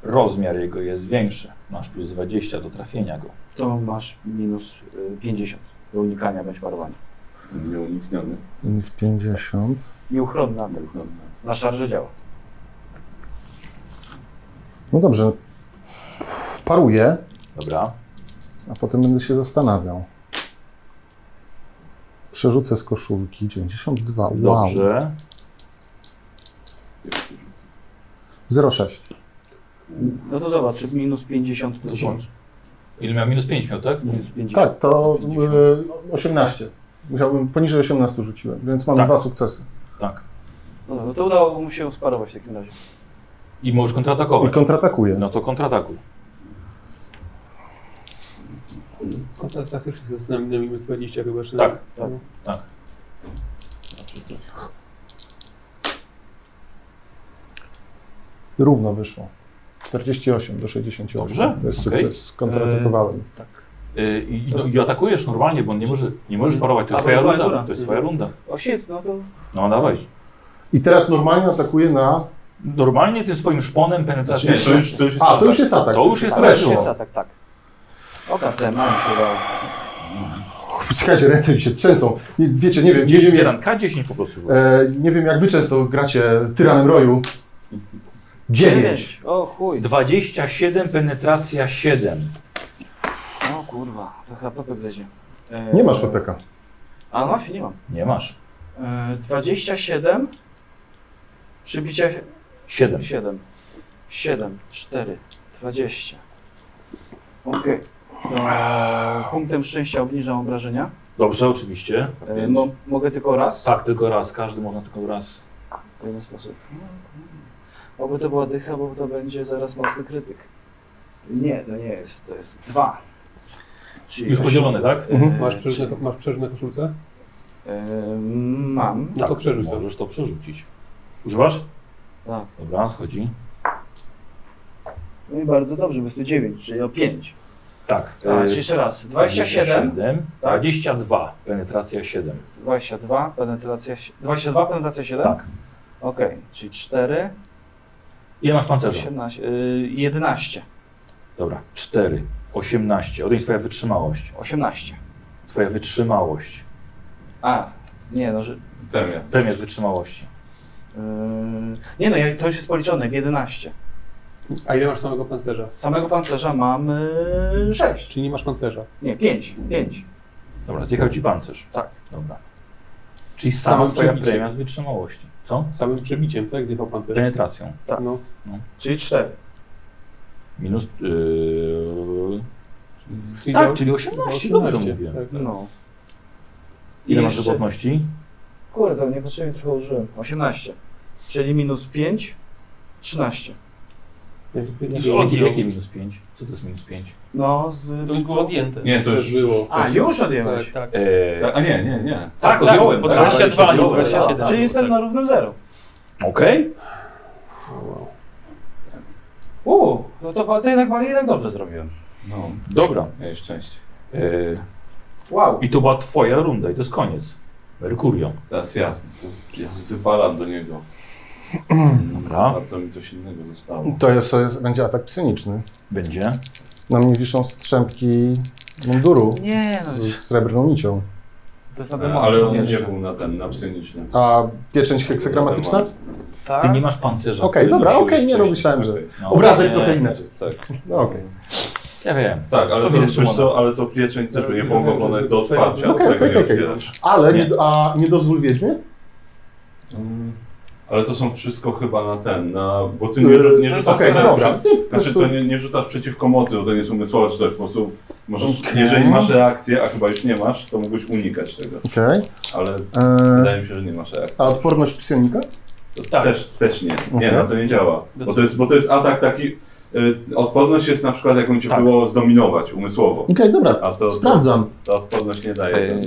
Rozmiar jego jest większy. Masz plus 20 do trafienia go.
To masz minus y, 50 do unikania bądź parowania.
Nieunikniony.
Minus 50.
Nieuchronna tylko.
Nieuchronny.
Na szarże działa.
No dobrze. Paruję,
Dobra.
a potem będę się zastanawiał. Przerzucę z koszulki. 92. Wow.
Dobrze.
0,6.
No to zobacz, czy minus 50 to
zobacz. Ile miał? Minus 5 miał, tak?
Minus 50.
Tak, to y, 18. Musiałbym, poniżej 18 rzuciłem, więc mam
Tak.
dwa sukcesy.
Tak.
No, no to udało mu się sparować w takim razie.
I możesz
I
kontratakować.
kontratakuję.
No to kontratakuj.
Kontaktacja wszystko z nami na minus 20 chyba, czy No.
Tak.
Tak.
Równo wyszło. 48 do 68.
Dobrze,
To jest
okej.
sukces. Kontratakowałem.
Y, I, no, I atakujesz normalnie, bo on nie, może, nie możesz parować. To
A,
jest
bo
twoja
jest moja
runda.
tura.
To jest twoja runda.
O shit, no to
No dawaj.
I teraz normalnie atakuję na.
Normalnie tym swoim szponem
Znaczy,
penetracja.
nie, to już, to już jest
A, to już jest atak.
To już jest
tak,
weszło.
atak.
tak, tak, tak. Oka te mam chyba.
Słuchajcie, ręce mi się trzęsą. Nie, wiecie, nie wiem, nie
10
wiem, jak,
jeden K10 po prostu rzuca.
e, nie wiem, jak wy często gracie tyranem roju. 9.
O chuj.
27, penetracja 7.
O kurwa, to chyba pepek zejdzie. E,
Nie masz PPK.
A właśnie nie mam.
Nie masz.
E, 27. Przybicie
7.
7. 7, 4, 20. Okej. To Punktem szczęścia obniżam obrażenia.
Dobrze, oczywiście.
E, mo mogę tylko raz?
Tak, tylko raz. Każdy można tylko raz.
W jeden sposób. Oby to była dycha, bo to będzie zaraz mocny krytyk. Nie, to nie jest. To jest dwa. Czyli
Już podzielone, tak?
Mhm.
Masz
czyli-
przerzut na, masz przerzut na koszulce?
E, mam.
No
tak,
to przerzuć to.
Możesz to przerzucić. Używasz?
Tak.
Dobra, schodzi.
No i bardzo dobrze, bo jest to dziewięć, czyli o pięć.
Tak.
A,
e,
czy jeszcze raz. 27,
27,
tak?
22, penetracja 7.
22, penetracja, si- 22, penetracja 7?
Tak.
Okej, czyli 4,
Ile masz pancerza?
18, y, 11,
Dobra, 4, 18. Odejmij twoja wytrzymałość.
18.
Twoja wytrzymałość.
A, nie no, że...
Premia.
Premia z wytrzymałości.
y, nie no, ja- to już jest policzone, w 11.
A ile masz samego pancerza?
Samego pancerza mam y, 6,
Czyli nie masz pancerza.
nie, 5, 5,
Dobra, zjechał ci pancerz.
tak.
Dobra. Czyli sama
Samym
twoja
przebicie.
premia z wytrzymałości. Co?
Samym przebiciem, tak? Zjechał pancerz.
Penetracją.
tak.
No,
Czyli 4.
Minus. Yy...
czyli
Tak,
dał-
czyli
dał
18, dobrze
18,
mówię.
tak, tak.
No.
Ile
I
masz
jeszcze-
żywotności?
Kurde, niepotrzebnie trochę użyłem. 18, czyli minus 5, 13.
Jak- jak- jak-
Już
jak-
odjął.
Jakie minus 5? Co to jest minus 5?
No, z...
To już było odjęte.
Nie, to
Też
już
było.
było.
A, już odjęłeś.
Tak, tak.
Eee,
A nie, nie, nie.
tak, odjąłem.
bo
tak,
22, nie
odjąłem,
27.
tak.
Czyli jestem na równym 0.
Okej.
Uuu, no to, pa- to jednak, jednak dobrze zrobiłem.
No,
Dobra.
miałeś szczęście.
Eee,
Wow.
I to była twoja runda i to jest koniec. Merkurio.
Teraz ja, to, ja wypalam do niego.
Dobra.
Bardzo mi coś innego zostało.
To jest, to jest, będzie atak psyniczny.
Będzie.
Na mnie wiszą strzępki munduru
Nie, no
z srebrną nicią.
to jest na
E,
demona.
Ale on nie
Jeszcze.
był na ten, na psyniczny.
A pieczęć
No,
heksagramatyczna?
tak?
Ty nie masz pancerza.
Okej, dobra,
Ruszyłeś
okej, nie, no
wcześniej.
myślałem, że...
Okej.
No.
Obrazek
Nie,
trochę inaczej.
Tak,
No okej.
Ja wiem.
tak, ale
To
to,
widać,
wiesz
że
co, ale to pieczęć też by nie pomogła, bo ona jest do odparcia,
Okej,
od tego
okej,
nie
okej.
otwierasz.
Ale, nie.
Nie.
a nie dozwól wiedźmie?
Ale to są wszystko chyba na ten, na, bo ty nie, rzu- nie rzucasz
Okej,
na-
dobra.
No, Znaczy to nie, nie rzucasz przeciwko mocy, bo to nie jest umysłowe czy coś, po prostu możesz, jeżeli masz reakcję, a chyba już nie masz, to mógłbyś unikać tego,
Okej.
ale
Eee,
wydaje mi się, że nie masz reakcji.
A odporność psionika?
To
Tak.
Też, też nie, nie,
Okej.
na to nie działa, bo to jest, bo to jest atak taki, y, odporność jest na przykład jaką cię
Tak.
było zdominować umysłowo,
Okej, dobra.
a to, to,
Sprawdzam.
ta odporność nie daje
Eee.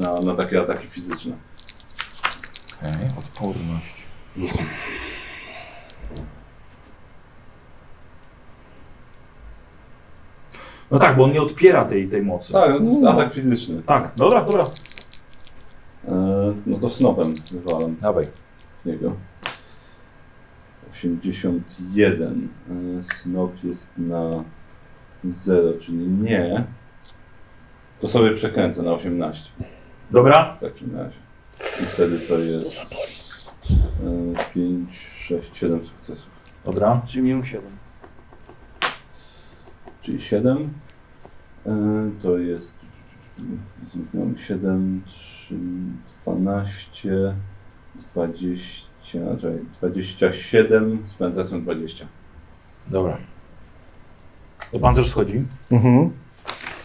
na, na takie ataki fizyczne.
Okej, odporność. No tak, bo on nie odpiera tej, tej mocy.
Tak, no to jest atak fizyczny.
Tak, dobra, dobra.
E, no to snopem wywalam
Dawaj.
w niego. 81. E, snop jest na 0, czyli nie. To sobie przekręcę na 18
Dobra?
w takim razie. I wtedy to jest e, 5, 6, 7 sukcesów.
Dobra.
Czyli minus 7.
Czyli 7. E, to jest. Zniknęło mi 7, 3, 12, 20. Czekaj, 27 z pentesem 20.
Dobra. To pancerz schodzi.
Mhm.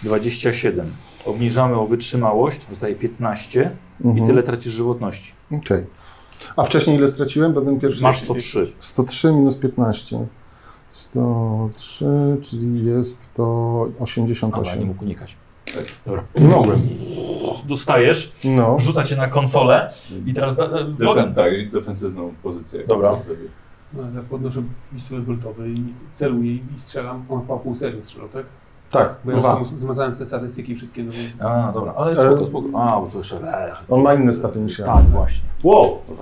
27. Obniżamy o wytrzymałość, zostaje 15 i
mhm.
tyle tracisz żywotności.
Okej. A wcześniej ile straciłem? Bo ten pierwszy...
Masz 103.
103 minus 15. 103, czyli jest to
Dobra, nie
88.
mógł unikać.
Nie mogłem.
Dostajesz,
No.
rzuca cię na konsolę i teraz da, e, da,
Defen,
potem.
tak, i defensywną pozycję.
Dobra.
No, ja podnoszę pistolet boltowy i celuję i strzelam. On chyba pół serio strzelał, tak?
Tak,
Bo ja
No
dwa.
sam- zmazałem te statystyki wszystkie. No, bo-
A, dobra, ale spoko, spoko. A, bo to jeszcze... eee.
On ma inne staty niż ja.
Tak, właśnie.
Wow!
No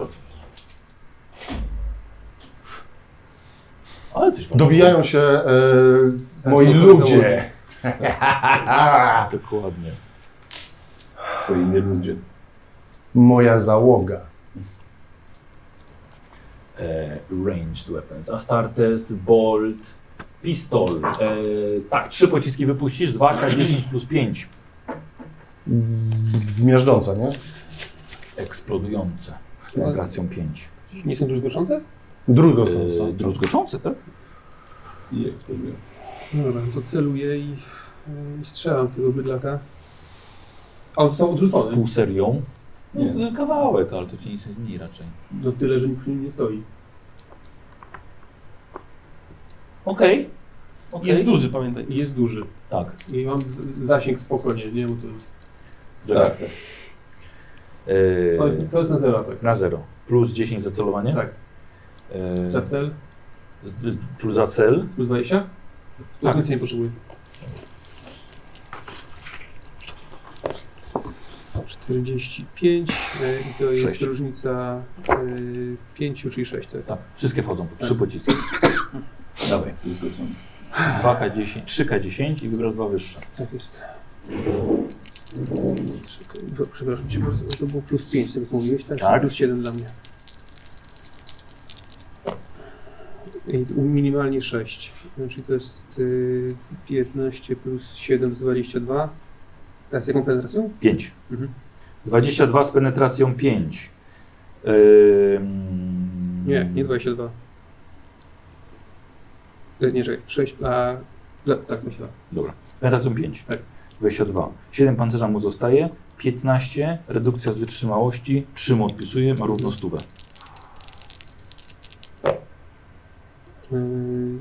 Ale coś fajnego.
Dobijają się e, moi
Tak,
ludzie.
Dokładnie.
Twoi nie ludzie.
Moja załoga.
E, ranged weapons. Astartes, bolt, pistol. E, tak, trzy pociski wypuścisz, 2K10 plus 5.
Miażdżąca, nie?
Eksplodujące. Z Penetracją 5.
Nie są druzgoczące?
Drugo są.
E, druzgoczące, tak?
I eksplodują.
No dobra, no to celuję i, i strzelam w tego bydlaka. A on został odrzucony.
Pół serią.
Nie.
No, kawałek, ale to ci nic nie zmieni raczej.
No tyle, że nikt przy nim nie stoi.
Okej. Okej.
Jest duży, pamiętaj.
I jest duży.
Tak.
I mam z- zasięg spokojnie, nie? Bo to, jest,
Tak, tak.
to,
E,
jest, to jest na zero atak.
Na 0. Plus 10 za celowanie?
Tak.
E,
Za cel
z- z- plus za cel.
plus 20? To
Tak.
nic nie potrzebuję. 45 e, i to jest
Sześć.
różnica e, 5 czy 6, tak?
Tak, wszystkie wchodzą, po trzy pociski. Dawaj.
Wszystko są.
2K10, 3K10 i wybrasz dwa wyższe.
Tak jest. Czekaj, bo- Przepraszam cię bardzo, bo to było plus 5 z tego co mówiłeś, tak?
Tak.
Plus 7 dla mnie. I u- minimalnie 6. Czyli to jest y, 15 plus 7 z 22. A z jaką penetracją?
5.
Mhm.
22 z penetracją 5. Ym...
Nie, nie 22. E, Nie, czekaj, 6, a... Le, tak, myślę.
Penetracją 5.
Tak.
22. 7 pancerza mu zostaje. 15. Redukcja z wytrzymałości. 3 mu odpisuje, ma równo stówę.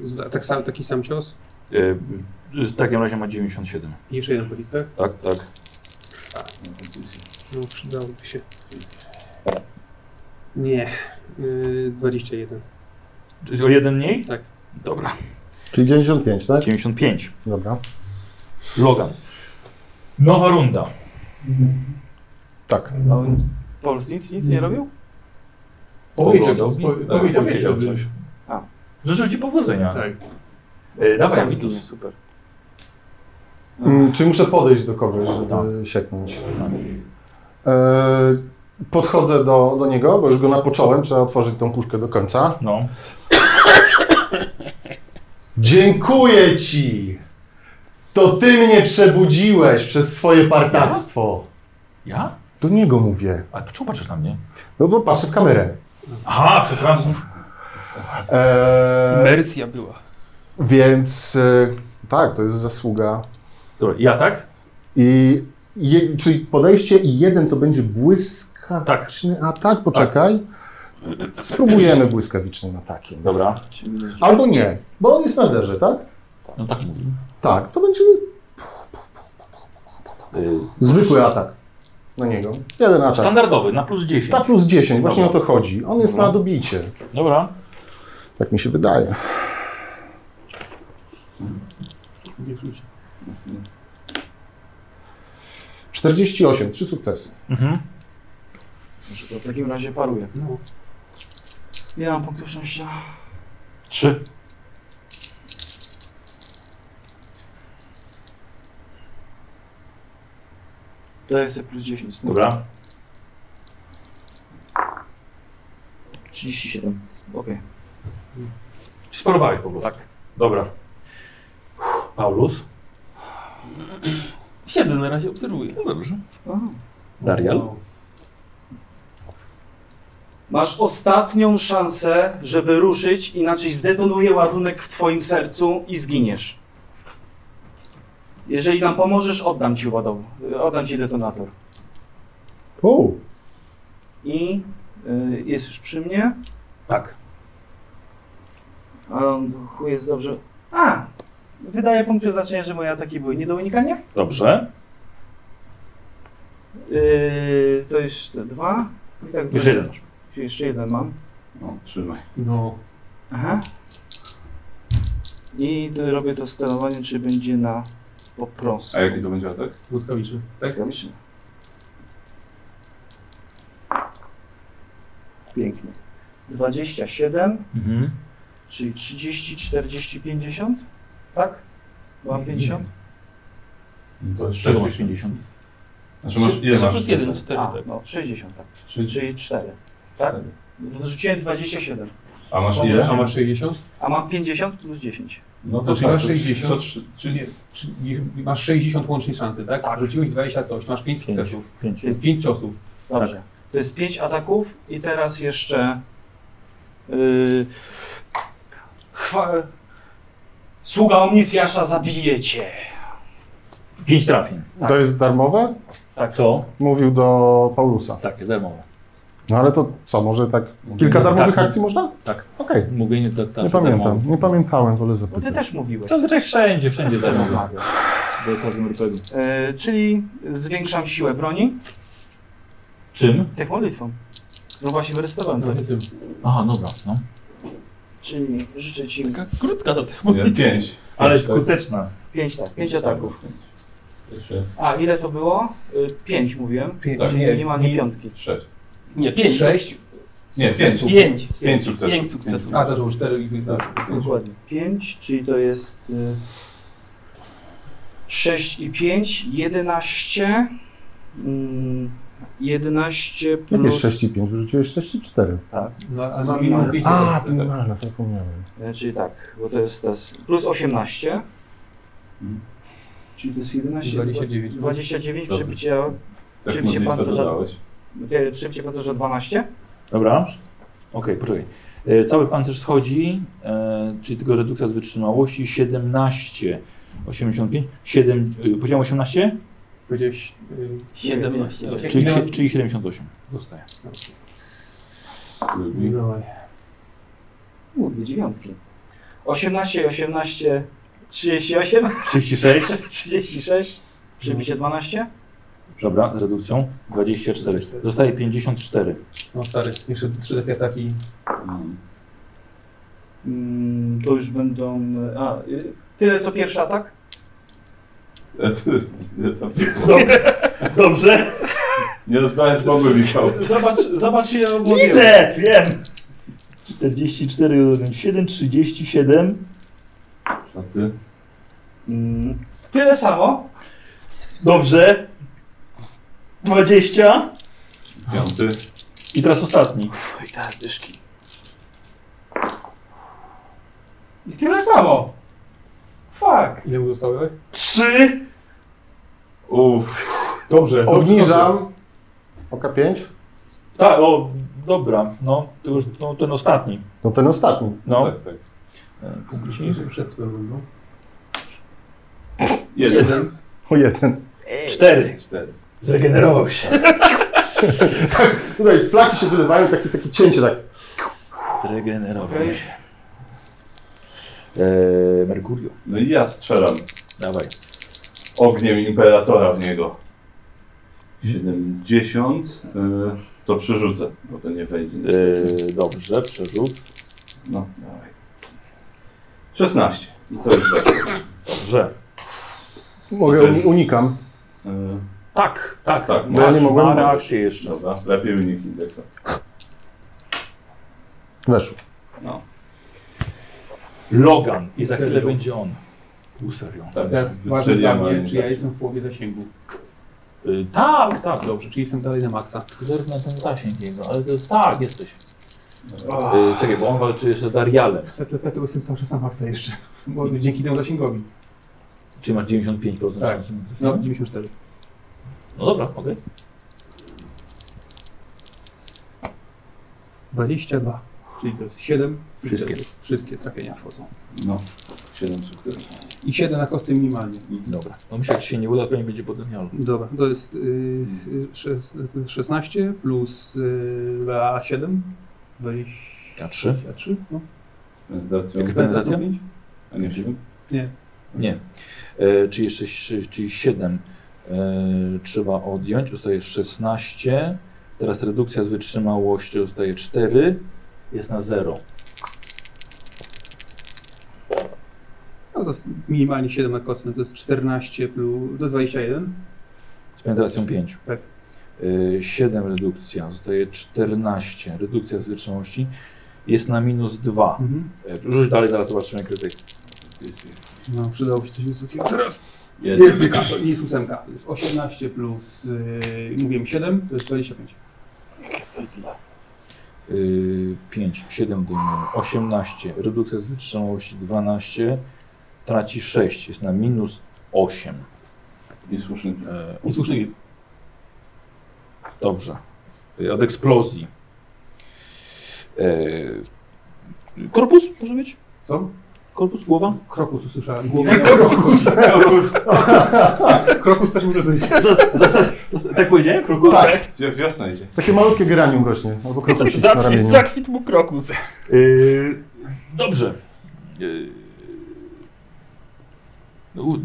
Y, zda- tak sam, taki sam cios.
Yy, w takim razie ma 97.
I jeszcze jeden pocisk, tak?
Tak, tak.
No, przydałoby się. Nie, y, 21.
Czyli o jeden mniej?
Tak.
Dobra.
Czyli 95, tak?
95.
Dobra.
Logan. Nowa runda.
Tak.
A on Pols nic, nic nie robił?
Powiedział,
no,
Powiedział,
powiedział,
powie-
tak,
powiedział,
powiedział
powiedział.
coś.
A.
Życzę Ci powodzenia.
Tak.
E, dawaj,
Sam ginie,
Witus.
super.
Mm, Tak. Czy muszę podejść do kogoś, żeby sieknąć? E, Podchodzę do, do niego, bo już go napocząłem, trzeba otworzyć tą puszkę do końca.
No.
Dziękuję ci! To ty mnie przebudziłeś przez swoje partactwo.
Ja?
Do niego mówię.
A czemu patrzysz na mnie?
No bo patrzę w kamerę.
Aha, przepraszam.
E,
Mersja była.
więc e, tak, to jest zasługa.
Dobra, ja tak?
I je, czyli podejście i jeden to będzie błyskawiczny atak. Poczekaj. Spróbujemy błyskawicznym atakiem.
Dobra.
Albo nie, bo on jest na zerze, tak?
No tak mówię.
Tak, to będzie
Y,
zwykły atak na niego. Jeden atak.
standardowy, na plus 10.
Ta plus 10, właśnie
Dobra. No.
o to chodzi. On jest
Dobra.
na dobicie.
Dobra.
Tak mi się wydaje.
Nie rzuć.
48, trzy sukcesy.
Mhm.
Może to w takim razie paruje.
No.
Ja mam punktu szczęścia.
3.
Daję sobie plus 10.
Dobra.
37. Okej.
Czy sparowałeś po prostu? Tak. Dobra. Uff, Paulus.
Siedzę na razie, obserwuję.
No dobrze.
Aha.
Darial.
Masz ostatnią szansę, żeby ruszyć, inaczej zdetonuje ładunek w twoim sercu i zginiesz. Jeżeli nam pomożesz, oddam ci ładow, oddam ci detonator.
O,
I y, jest już przy mnie,
Tak.
ale on chuj jest dobrze. A! Wydaje punkt przeznaczenia, że moje ataki były nie do unikania.
Dobrze.
Yy, to już te dwa. I tak
Jeszcze jeden.
Jeszcze jeden mam.
No, trzymaj.
No,
Aha. I to robię to sterowanie, czy będzie na po prostu.
A jaki to będzie atak?
błyskawiczny. Tak?
Błyskawiczny. Pięknie. 27,
Mhm.
czyli 30, 40, 50? Tak? Bo Mam 50?
To jest
Czego masz 50?
60. Znaczy masz, ile
Trzy
masz?
plus 1, 4,
A,
tak.
no 60, tak.
Czyli-
Czyli 4. Tak? Wrzuciłem 27.
A masz ile?
A masz 60?
A mam 50 plus 10.
No
Czyli masz
to-
60?
To, trzy-
Czy nie, czy nie, masz 60 łącznie szansy, tak?
Tak.
Rzuciłeś 20 coś, masz 5
Pięć.
sukcesów,
5.
więc 5 ciosów.
Dobrze. To jest 5 ataków i teraz jeszcze yy, chwa- sługa omnisjasza zabije cię.
5 trafień.
to jest darmowe?
Tak. Co?
Mówił do Paulusa.
Tak, jest darmowe.
No ale to co, może tak kilka darmowych
Tak.
akcji można?
Tak.
Okej,
Mówienie tak, tak.
nie pamiętam, nie pamiętałem, wolę
Bo ty
zapytać.
też mówiłeś.
To zresztą wszędzie, wszędzie darmowe.
Rozmawiał.
W każdym RPG.
Yy, czyli zwiększam siłę broni.
Czym?
Jak modlitwą. No właśnie wyrestowałem to.
nawet tym.
Aha, dobra. No.
Czyli życzę ci
Taka krótka ta tych
Nie,
modlitw.
pięć.
Ale
Pięć, tak?
skuteczna.
5 tak, 5 ataków.
Jeszcze
A, ile to było? Y, Pięć mówiłem.
Pięć.
Tak,
Czyli
nie,
nie, ma ani
nie.
piątki.
sześć.
Nie, pięć.
Sześć? Nie, pięć.
Pięć.
Pięć sukcesów.
Pięć sukcesów.
A, to są cztery i pięć. Tak, pięć.
Dokładnie. Pięć, czyli to jest y, sześć i pięć, jedenaście. Mm, Jedenaście
Jakie
plus...
6 i 5? Wyrzuciłeś 6 i 4.
No, ale
mam
mam minimum
minus
5
A, minimalne, zapomniałem.
E, Czyli tak, bo to jest teraz plus 18. Czyli to jest 11.
29.
29
Dobrze.
przebicie,
Tak
Czy mi się
modlitwę
pancerza-
dodałeś.
e, przebicie pancerza 12.
Dobra. Okej, poczekaj. E, Cały pancerz schodzi, e, czyli tylko redukcja z wytrzymałości 17, 85, 7, y, poziom 18,
Powiedziałeś... y,
17.
Nie, nie, nie.
czyli,
Ile?
sie- czyli 78 dostaję.
Lubi.
Minąłem.
Mówię, dziewiątki. 18, 18, 38,
36,
36, przebicie 12.
dobra, z redukcją 24, dostaję 54.
No stary, jeszcze trzy takie ataki.
Mm.
Mm, To już będą. e, A, y, tyle co pierwszy atak?
E, ty, nie, tam-
Dobrze,
Nie rozmawiasz bomby, Michał.
Zobacz, zobacz ile
widzę, wiem! 44, 7, 37,
A ty?
Mm, Tyle samo.
dobrze, 20
Piąty?
i teraz ostatni.
Oj, teraz dyszki. I tyle samo. Fuck.
Ile mu zostały?
3,
Uff.
Dobrze.
Obniżam. Oka 5?
tak, o, dobra, no, to już no, ten ostatni,
No ten ostatni.
no.
Tak, tak.
E,
Dobrze. Przed no. twoją rundą.
Jeden.
O jeden.
Cztery.
Cztery.
Zregenerował się.
Tutaj flaki się wylewają, takie, takie cięcie tak.
Zregenerował
Okej.
się. Eee, Merkurio,
No i ja strzelam
dawaj.
ogniem imperatora w niego. 70. E, to przerzucę, bo to nie wejdzie.
Eee, dobrze, przerzut.
No, dawaj. 16. I to jest tak.
Dobrze.
Mogę,
To jest-
unikam.
E,
Tak, tak.
Tak,
Ma,
bo no ja nie mogłem-
ma reakcję jeszcze.
dobra, lepiej unik indeksa.
Weszło.
No,
Logan. I za chwilę
Serio?
będzie on. Pół serio.
tak.
Teraz ważne dla
wystrzeliłem, ale
mnie,
nie
czy ja
tak.
jestem w połowie zasięgu.
Eee, tak, tak.
Dobrze, czyli jestem dalej na maksa.
Zerknę ten zasięg jego, ale to jest tak, jesteś. Eee, czekaj, bo on walczy jeszcze z Arialem.
Dlatego dlatego jestem cały czas na maksa jeszcze. No. Bo dzięki temu zasięgowi.
Czyli masz 95%
Tak.
szansy na
No,
trafienie.
94.
No dobra, okej.
22. Czyli to jest 7.
Wszystkie.
Wszystkie trafienia wchodzą.
No, 7 sukcesów.
I 7 na kosty minimalnie.
Dobra. No myślę, jak ci się nie uda, to nie będzie potem miał.
Dobra, to jest y, szes- 16 plus y, 7.
3.
23. No.
Penetracją.
Jak penetracja?
A nie 7?
Nie. E, czyli jeszcze ś- czyli 7 e, trzeba odjąć, zostaje 16. Teraz redukcja z wytrzymałości zostaje 4. Jest na 0.
No to jest minimalnie 7 na kosty, no to jest 14 plus do 21.
Z penetracją 5.
Tak.
E, 7 redukcja, zostaje 14. Redukcja z wytrzymałości jest na minus 2.
Mhm.
E, rzuć dalej, zaraz zobaczymy krytyk.
No, przydałoby się coś wysokiego.
Jest.
Jest ósemka, to nie jest ósemka. To Jest 18 plus, yy, mówiłem 7, to jest 25.
E, 5, 7 dymy, 18. Redukcja z wytrzymałości 12. Traci 6, jest na minus 8.
I słusznie.
E,
I słuszny gil.
Dobrze. Y, Od eksplozji. E, korpus może być?
Co?
Korpus, głowa?
Krokus usłyszałem. Głowa. Krokus. Krokus też może być.
tak powiedziałem? Korpus? Tak.
Gdzie wiosna idzie?
Takie malutkie geranium rośnie. Albo krokusik na ramieniu.
Zakwit mu krokus.
Y, dobrze. Y, no, u-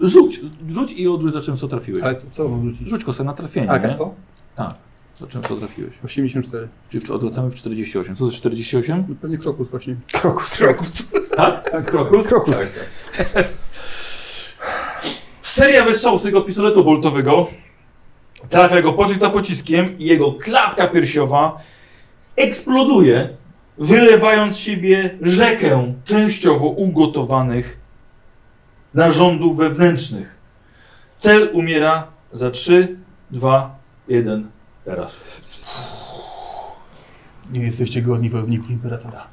rzuć, rzuć i odrzuć za czym co trafiłeś.
Ale co, co mam rzucić?
Rzuć kosę na trafienie,
A,
nie?
kasto?
tak, Za czym co trafiłeś.
84.
Czyli w- odwracamy w 48. Co to jest 48?
No pewnie krokus właśnie.
Krokus.
Tak? Krokus?
Krokus.
tak.
Seria wystrzałów z tego pistoletu boltowego trafia jego pocisk za pociskiem i jego klatka piersiowa eksploduje, wylewając z siebie rzekę częściowo ugotowanych narządów wewnętrznych. Cel umiera za 3, 2, 1, teraz.
Nie jesteście godni wojowniku imperatora.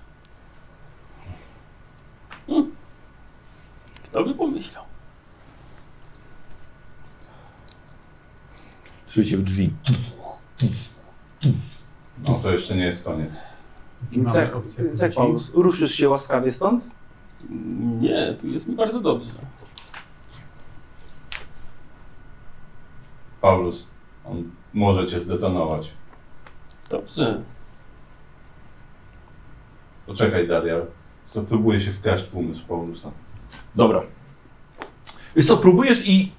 Kto by pomyślał?
Słyszycie w drzwi.
No to jeszcze nie jest koniec.
Cek, cek Paulus, ruszysz się łaskawie stąd?
Nie, tu jest mi bardzo dobrze.
Paulus, on może cię zdetonować.
Dobrze.
Poczekaj, Daria. Co próbuje się wkraść w umysł Paulusa.
Dobra. Wiesz co, próbujesz i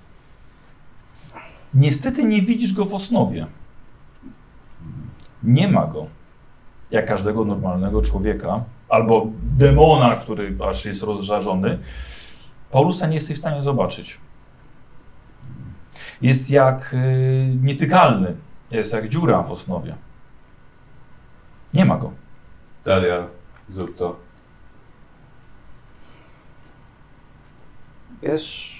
niestety nie widzisz go w osnowie. Nie ma go. Jak każdego normalnego człowieka, albo demona, który aż jest rozżarzony, Paulusa nie jesteś w stanie zobaczyć. Jest jak y, nietykalny, jest jak dziura w osnowie. Nie ma go.
Daria, zrób to.
Wiesz...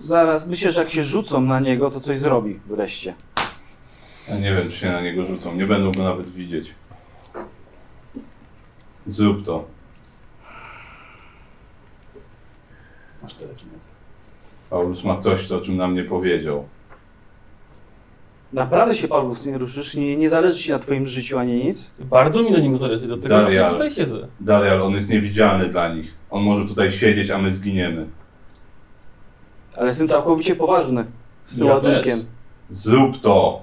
Zaraz, myślę, że jak się rzucą na niego, to coś zrobi wreszcie.
Ja nie wiem, czy się na niego rzucą. Nie będą go nawet widzieć. Zrób to.
Masz telekinezę.
Paulus ma coś, to, o czym nam nie powiedział.
Naprawdę się, Paulus, nie ruszysz? Nie, nie zależy ci na twoim życiu, ani nic?
Bardzo mi na nim zależy, dlatego
Dalej,
ja
ale-
tutaj siedzę.
Daria, on jest niewidzialny dla nich. On może tutaj siedzieć, a my zginiemy.
Ale jestem całkowicie poważny. Z tym
Ja
ładunkiem.
Zrób to!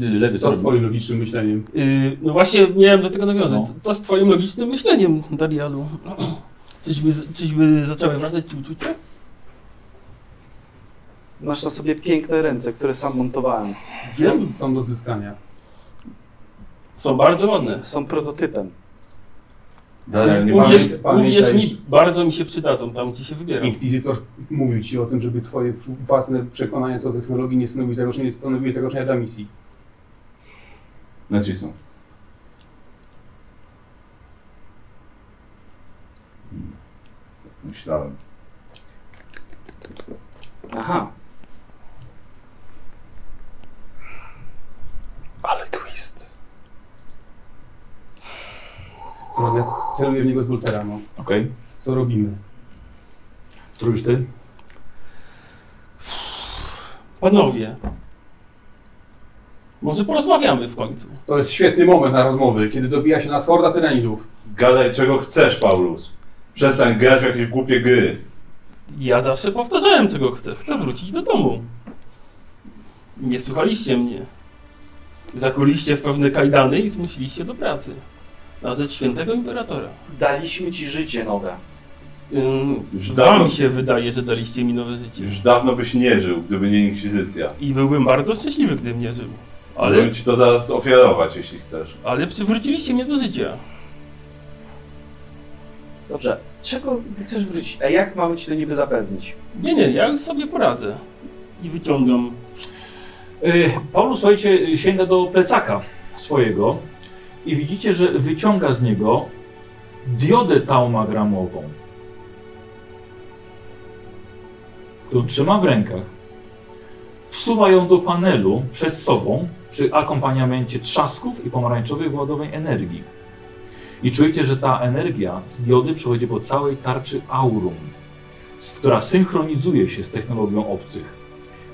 Lewy
Co z twoim logicznym myśleniem?
Yy, no właśnie miałem do tego nawiązać.
No.
Co z twoim logicznym myśleniem, Darialu? Czyżby, czyżby zaczęły wracać ci uczucia?
Masz na sobie piękne ręce, które sam montowałem.
Wiem.
Są do odzyskania.
Są bardzo ładne.
Są prototypem.
Daria, nie
Uwierz,
pamiętaj.
uwierz
pamiętaj,
mi, bardzo mi się przydadzą tam, gdzie się
Tak.
wybieram.
Inkwizytor mówił ci o tym, żeby twoje własne przekonania co do technologii nie stanowiły zagrożenia, nie stanowiły zagrożenia dla misji.
Nacisnął. Hmm. Myślałem.
Aha.
No, ja celuję w niego z Voltera, no.
Okej.
Co robimy?
Trójż ty.
Panowie, może porozmawiamy w końcu.
To jest świetny moment na rozmowy, kiedy dobija się nas horda tyranidów.
Gadaj czego chcesz, Paulus. Przestań grać w jakieś głupie gry.
Ja zawsze powtarzałem, czego chcę. Chcę wrócić do domu. Nie słuchaliście mnie. Zakuliście w pewne kajdany i zmusiliście do pracy. Na rzecz świętego imperatora.
Daliśmy ci życie nowe.
Ym,
Już dawno-
wam się wydaje, że daliście mi nowe życie.
Już dawno byś nie żył, gdyby nie inkwizycja.
I byłbym bardzo szczęśliwy, gdybym nie żył. Ale,
Mogę ci to zaraz ofiarować, jeśli chcesz.
ale przywróciliście mnie do życia.
Dobrze. Czego ty chcesz wrócić? A jak mamy ci to niby zapewnić?
Nie, nie, ja już sobie poradzę. I wyciągam.
Y, Paulus, słuchajcie, sięga do plecaka swojego i widzicie, że wyciąga z niego diodę taumagramową, którą trzyma w rękach. Wsuwa ją do panelu przed sobą przy akompaniamencie trzasków i pomarańczowych wyładowań energii. I czujecie, że ta energia z diody przechodzi po całej tarczy aurum, s- która synchronizuje się z technologią obcych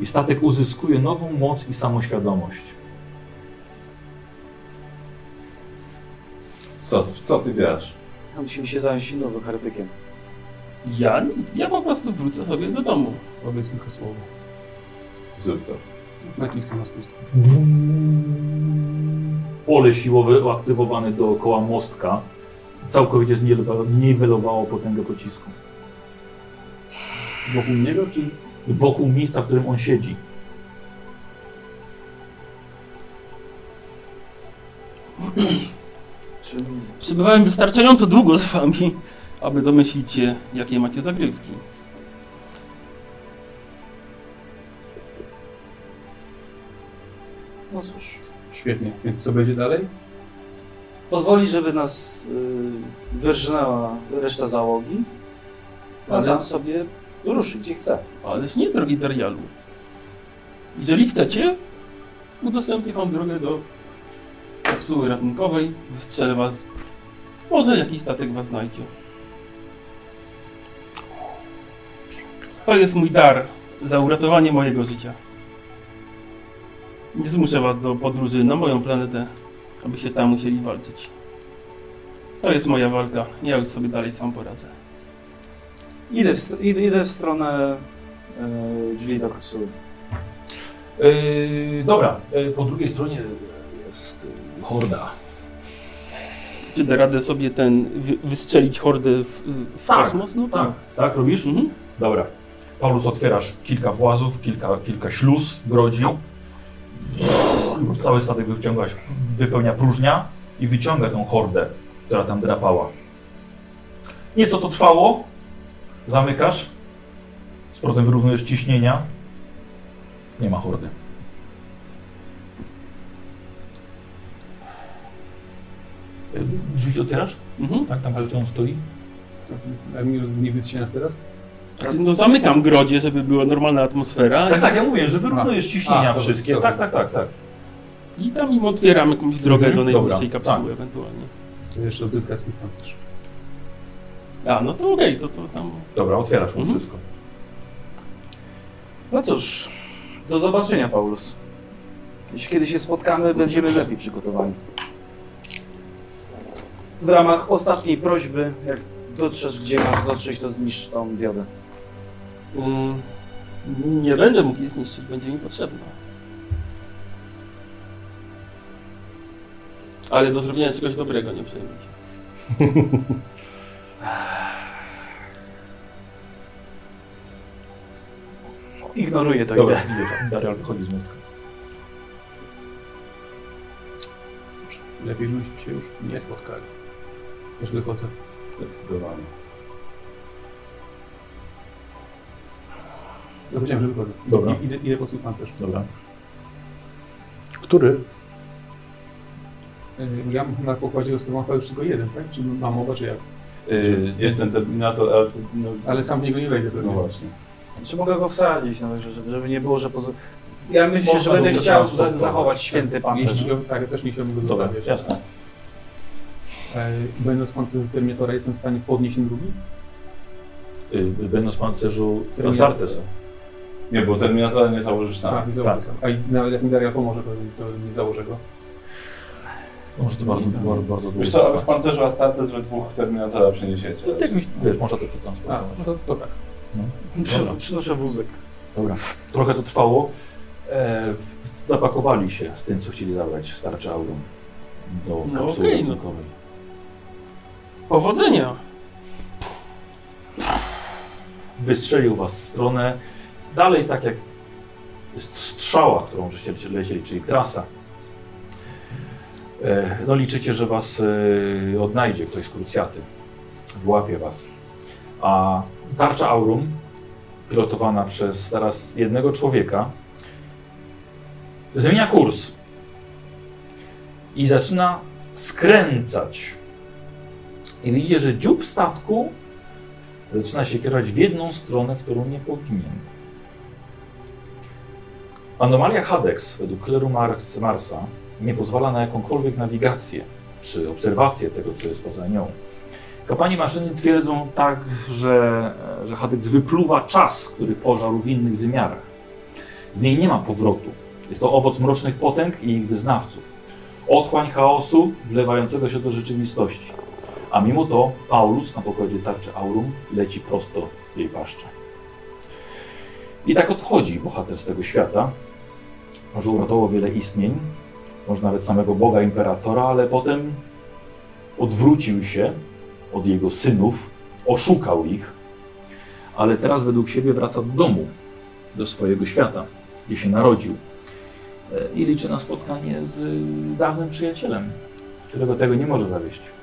i statek uzyskuje nową moc i samoświadomość.
Co, w co ty grasz?
A musimy się zająć innego hertykiem.
Ja nic, ja po prostu wrócę sobie do domu.
Wobec tylko słowo.
Zrób to.
Naciskam na spust.
Pole siłowe aktywowane dookoła mostka całkowicie zniwelowało, niwelowało potęgę pocisku.
Wokół niego, czy
Wokół miejsca, w którym on siedzi.
Przebywałem wystarczająco długo z wami, aby domyślić się, jakie macie zagrywki.
No cóż.
Świetnie, więc co będzie dalej?
Pozwoli, żeby nas y, wyrżnęła reszta załogi, a
Ale-
sam sobie ruszy gdzie chce.
Ależ nie, drogi Darialu. Jeżeli chcecie, udostępnię wam drogę do kapsuły ratunkowej, wystrzelę was. Może jakiś statek was znajdzie. To jest mój dar za uratowanie mojego życia. Nie zmuszę was do podróży na moją planetę, aby się tam musieli walczyć. To jest moja walka, ja już sobie dalej sam poradzę.
Idę w, st- idę, idę w stronę y, drzwi do kapsuły.
Yy, dobra, yy, po drugiej stronie jest yy, horda.
Czy da radę sobie ten wy, wystrzelić hordę w, w
Tak,
kosmos? No
Tak, tak robisz?
Mhm.
Dobra. Paulus, otwierasz kilka włazów, kilka, kilka śluz, brodzi. Już Cały statek wyciągasz, wypełnia próżnia i wyciąga tą hordę, która tam drapała. Nieco to trwało. Zamykasz. Z powrotem wyrównujesz ciśnienia. Nie ma hordy. Y, Drzwi otwierasz?
Mhm.
Tak, tam gdzie on stoi?
A mi nie wystrzelia nas teraz?
Znaczy, No zamykam grodzie, żeby była normalna atmosfera
Mhm. Tak, tak, ja mówię, że wyrównujesz ciśnienia
A, to-
wszystkie.
to-
tak, tak, tak, tak.
i tam im otwieram jakąś drogę
Mhm,
do najbliższej
dobra,
kapsuły ewentualnie.
Chcę jeszcze odzyskać swój pancerz.
A, no to okej, to, to tam...
Dobra, otwierasz mu
Mhm.
wszystko.
No cóż, do zobaczenia, Paulus. Jeśli kiedy się spotkamy, będziemy lepiej przygotowani. W ramach ostatniej prośby, jak dotrzesz gdzie masz dotrzeć, to zniszcz tą diodę.
y, nie będę mógł jej zniszczyć, będzie mi potrzebna. Ale do zrobienia czegoś dobrego nie przejmuj się.
Ignoruję to
Dobra,
idę.
idziesz. Darial wychodzi z młotka.
Lepiej, żebyśmy się już nie spotkali. Już wychodzę.
Zdecydowanie.
No powiedziałem, że wychodzę.
Dobra.
I- Idę, idę po swój pancerz.
Dobra.
Który?
Y, Ja mam na pokładzie dostępowałem już tylko jeden, tak? Czy mam oba, czy jak?
Yy,
Jestem Terminator, ale... ty- No,
Y, Ale sam w niego nie wejdę pewnie.
no właśnie.
Czy mogę go wsadzić, no, żeby, żeby nie było, że poza... Ja myślę,
Można
że będę
go
chciał za
zatransportować.
zachować święty pancerz.
Jeśli go, tak, ja też nie chciałbym go
dobra,
zostawiać.
jasne.
E, Będąc pancerzem Terminatora jestem w stanie podnieść ten drugi?
Yy, będąc w pancerzu
Terminator.
Astartes.
Nie, bo Terminatora nie założysz sam.
Tak, i założę sam. A i nawet jak mi Daria pomoże, to, to nie założę go.
No, Może to bardzo, bardzo, bardzo długo
Wiesz co, w
trwa.
pancerzu Astartes we dwóch Terminatora przeniesiecie.
To jakimś, wiesz, można to
A,
przetransportować.
no to, to tak.
Dobra.
Przynoszę wózek.
Dobra. Trochę to trwało. E, w- zapakowali się z tym, co chcieli zabrać z tarczy Aurum do
No
kapsuły
okej, no.
ratunkowej.
Powodzenia!
Wystrzelił was w stronę. Dalej tak jak jest strzała, którą żeście lecieli, czyli trasa. E, No liczycie, że was e, odnajdzie ktoś z krucjaty. Włapie was. A tarcza Aurum, pilotowana przez teraz jednego człowieka, zmienia kurs i zaczyna skręcać. I widzicie, że dziób statku zaczyna się kierować w jedną stronę, w którą nie powinien. Anomalia Hadex według kleru Mars Marsa nie pozwala na jakąkolwiek nawigację czy obserwację tego, co jest poza nią. Kapłani maszyny twierdzą tak, że, że Hadex wypluwa czas, który pożarł w innych wymiarach. Z niej nie ma powrotu. Jest to owoc mrocznych potęg i ich wyznawców. Otchłań chaosu wlewającego się do rzeczywistości. A mimo to Paulus na pokładzie tarczy Aurum leci prosto w jej paszczę. I tak odchodzi bohater z tego świata. Może uratował wiele istnień, może nawet samego Boga Imperatora, ale potem odwrócił się od jego synów, oszukał ich, ale teraz według siebie wraca do domu, do swojego świata, gdzie się narodził. E, I liczy na spotkanie z y, dawnym przyjacielem, którego tego nie może zawieść.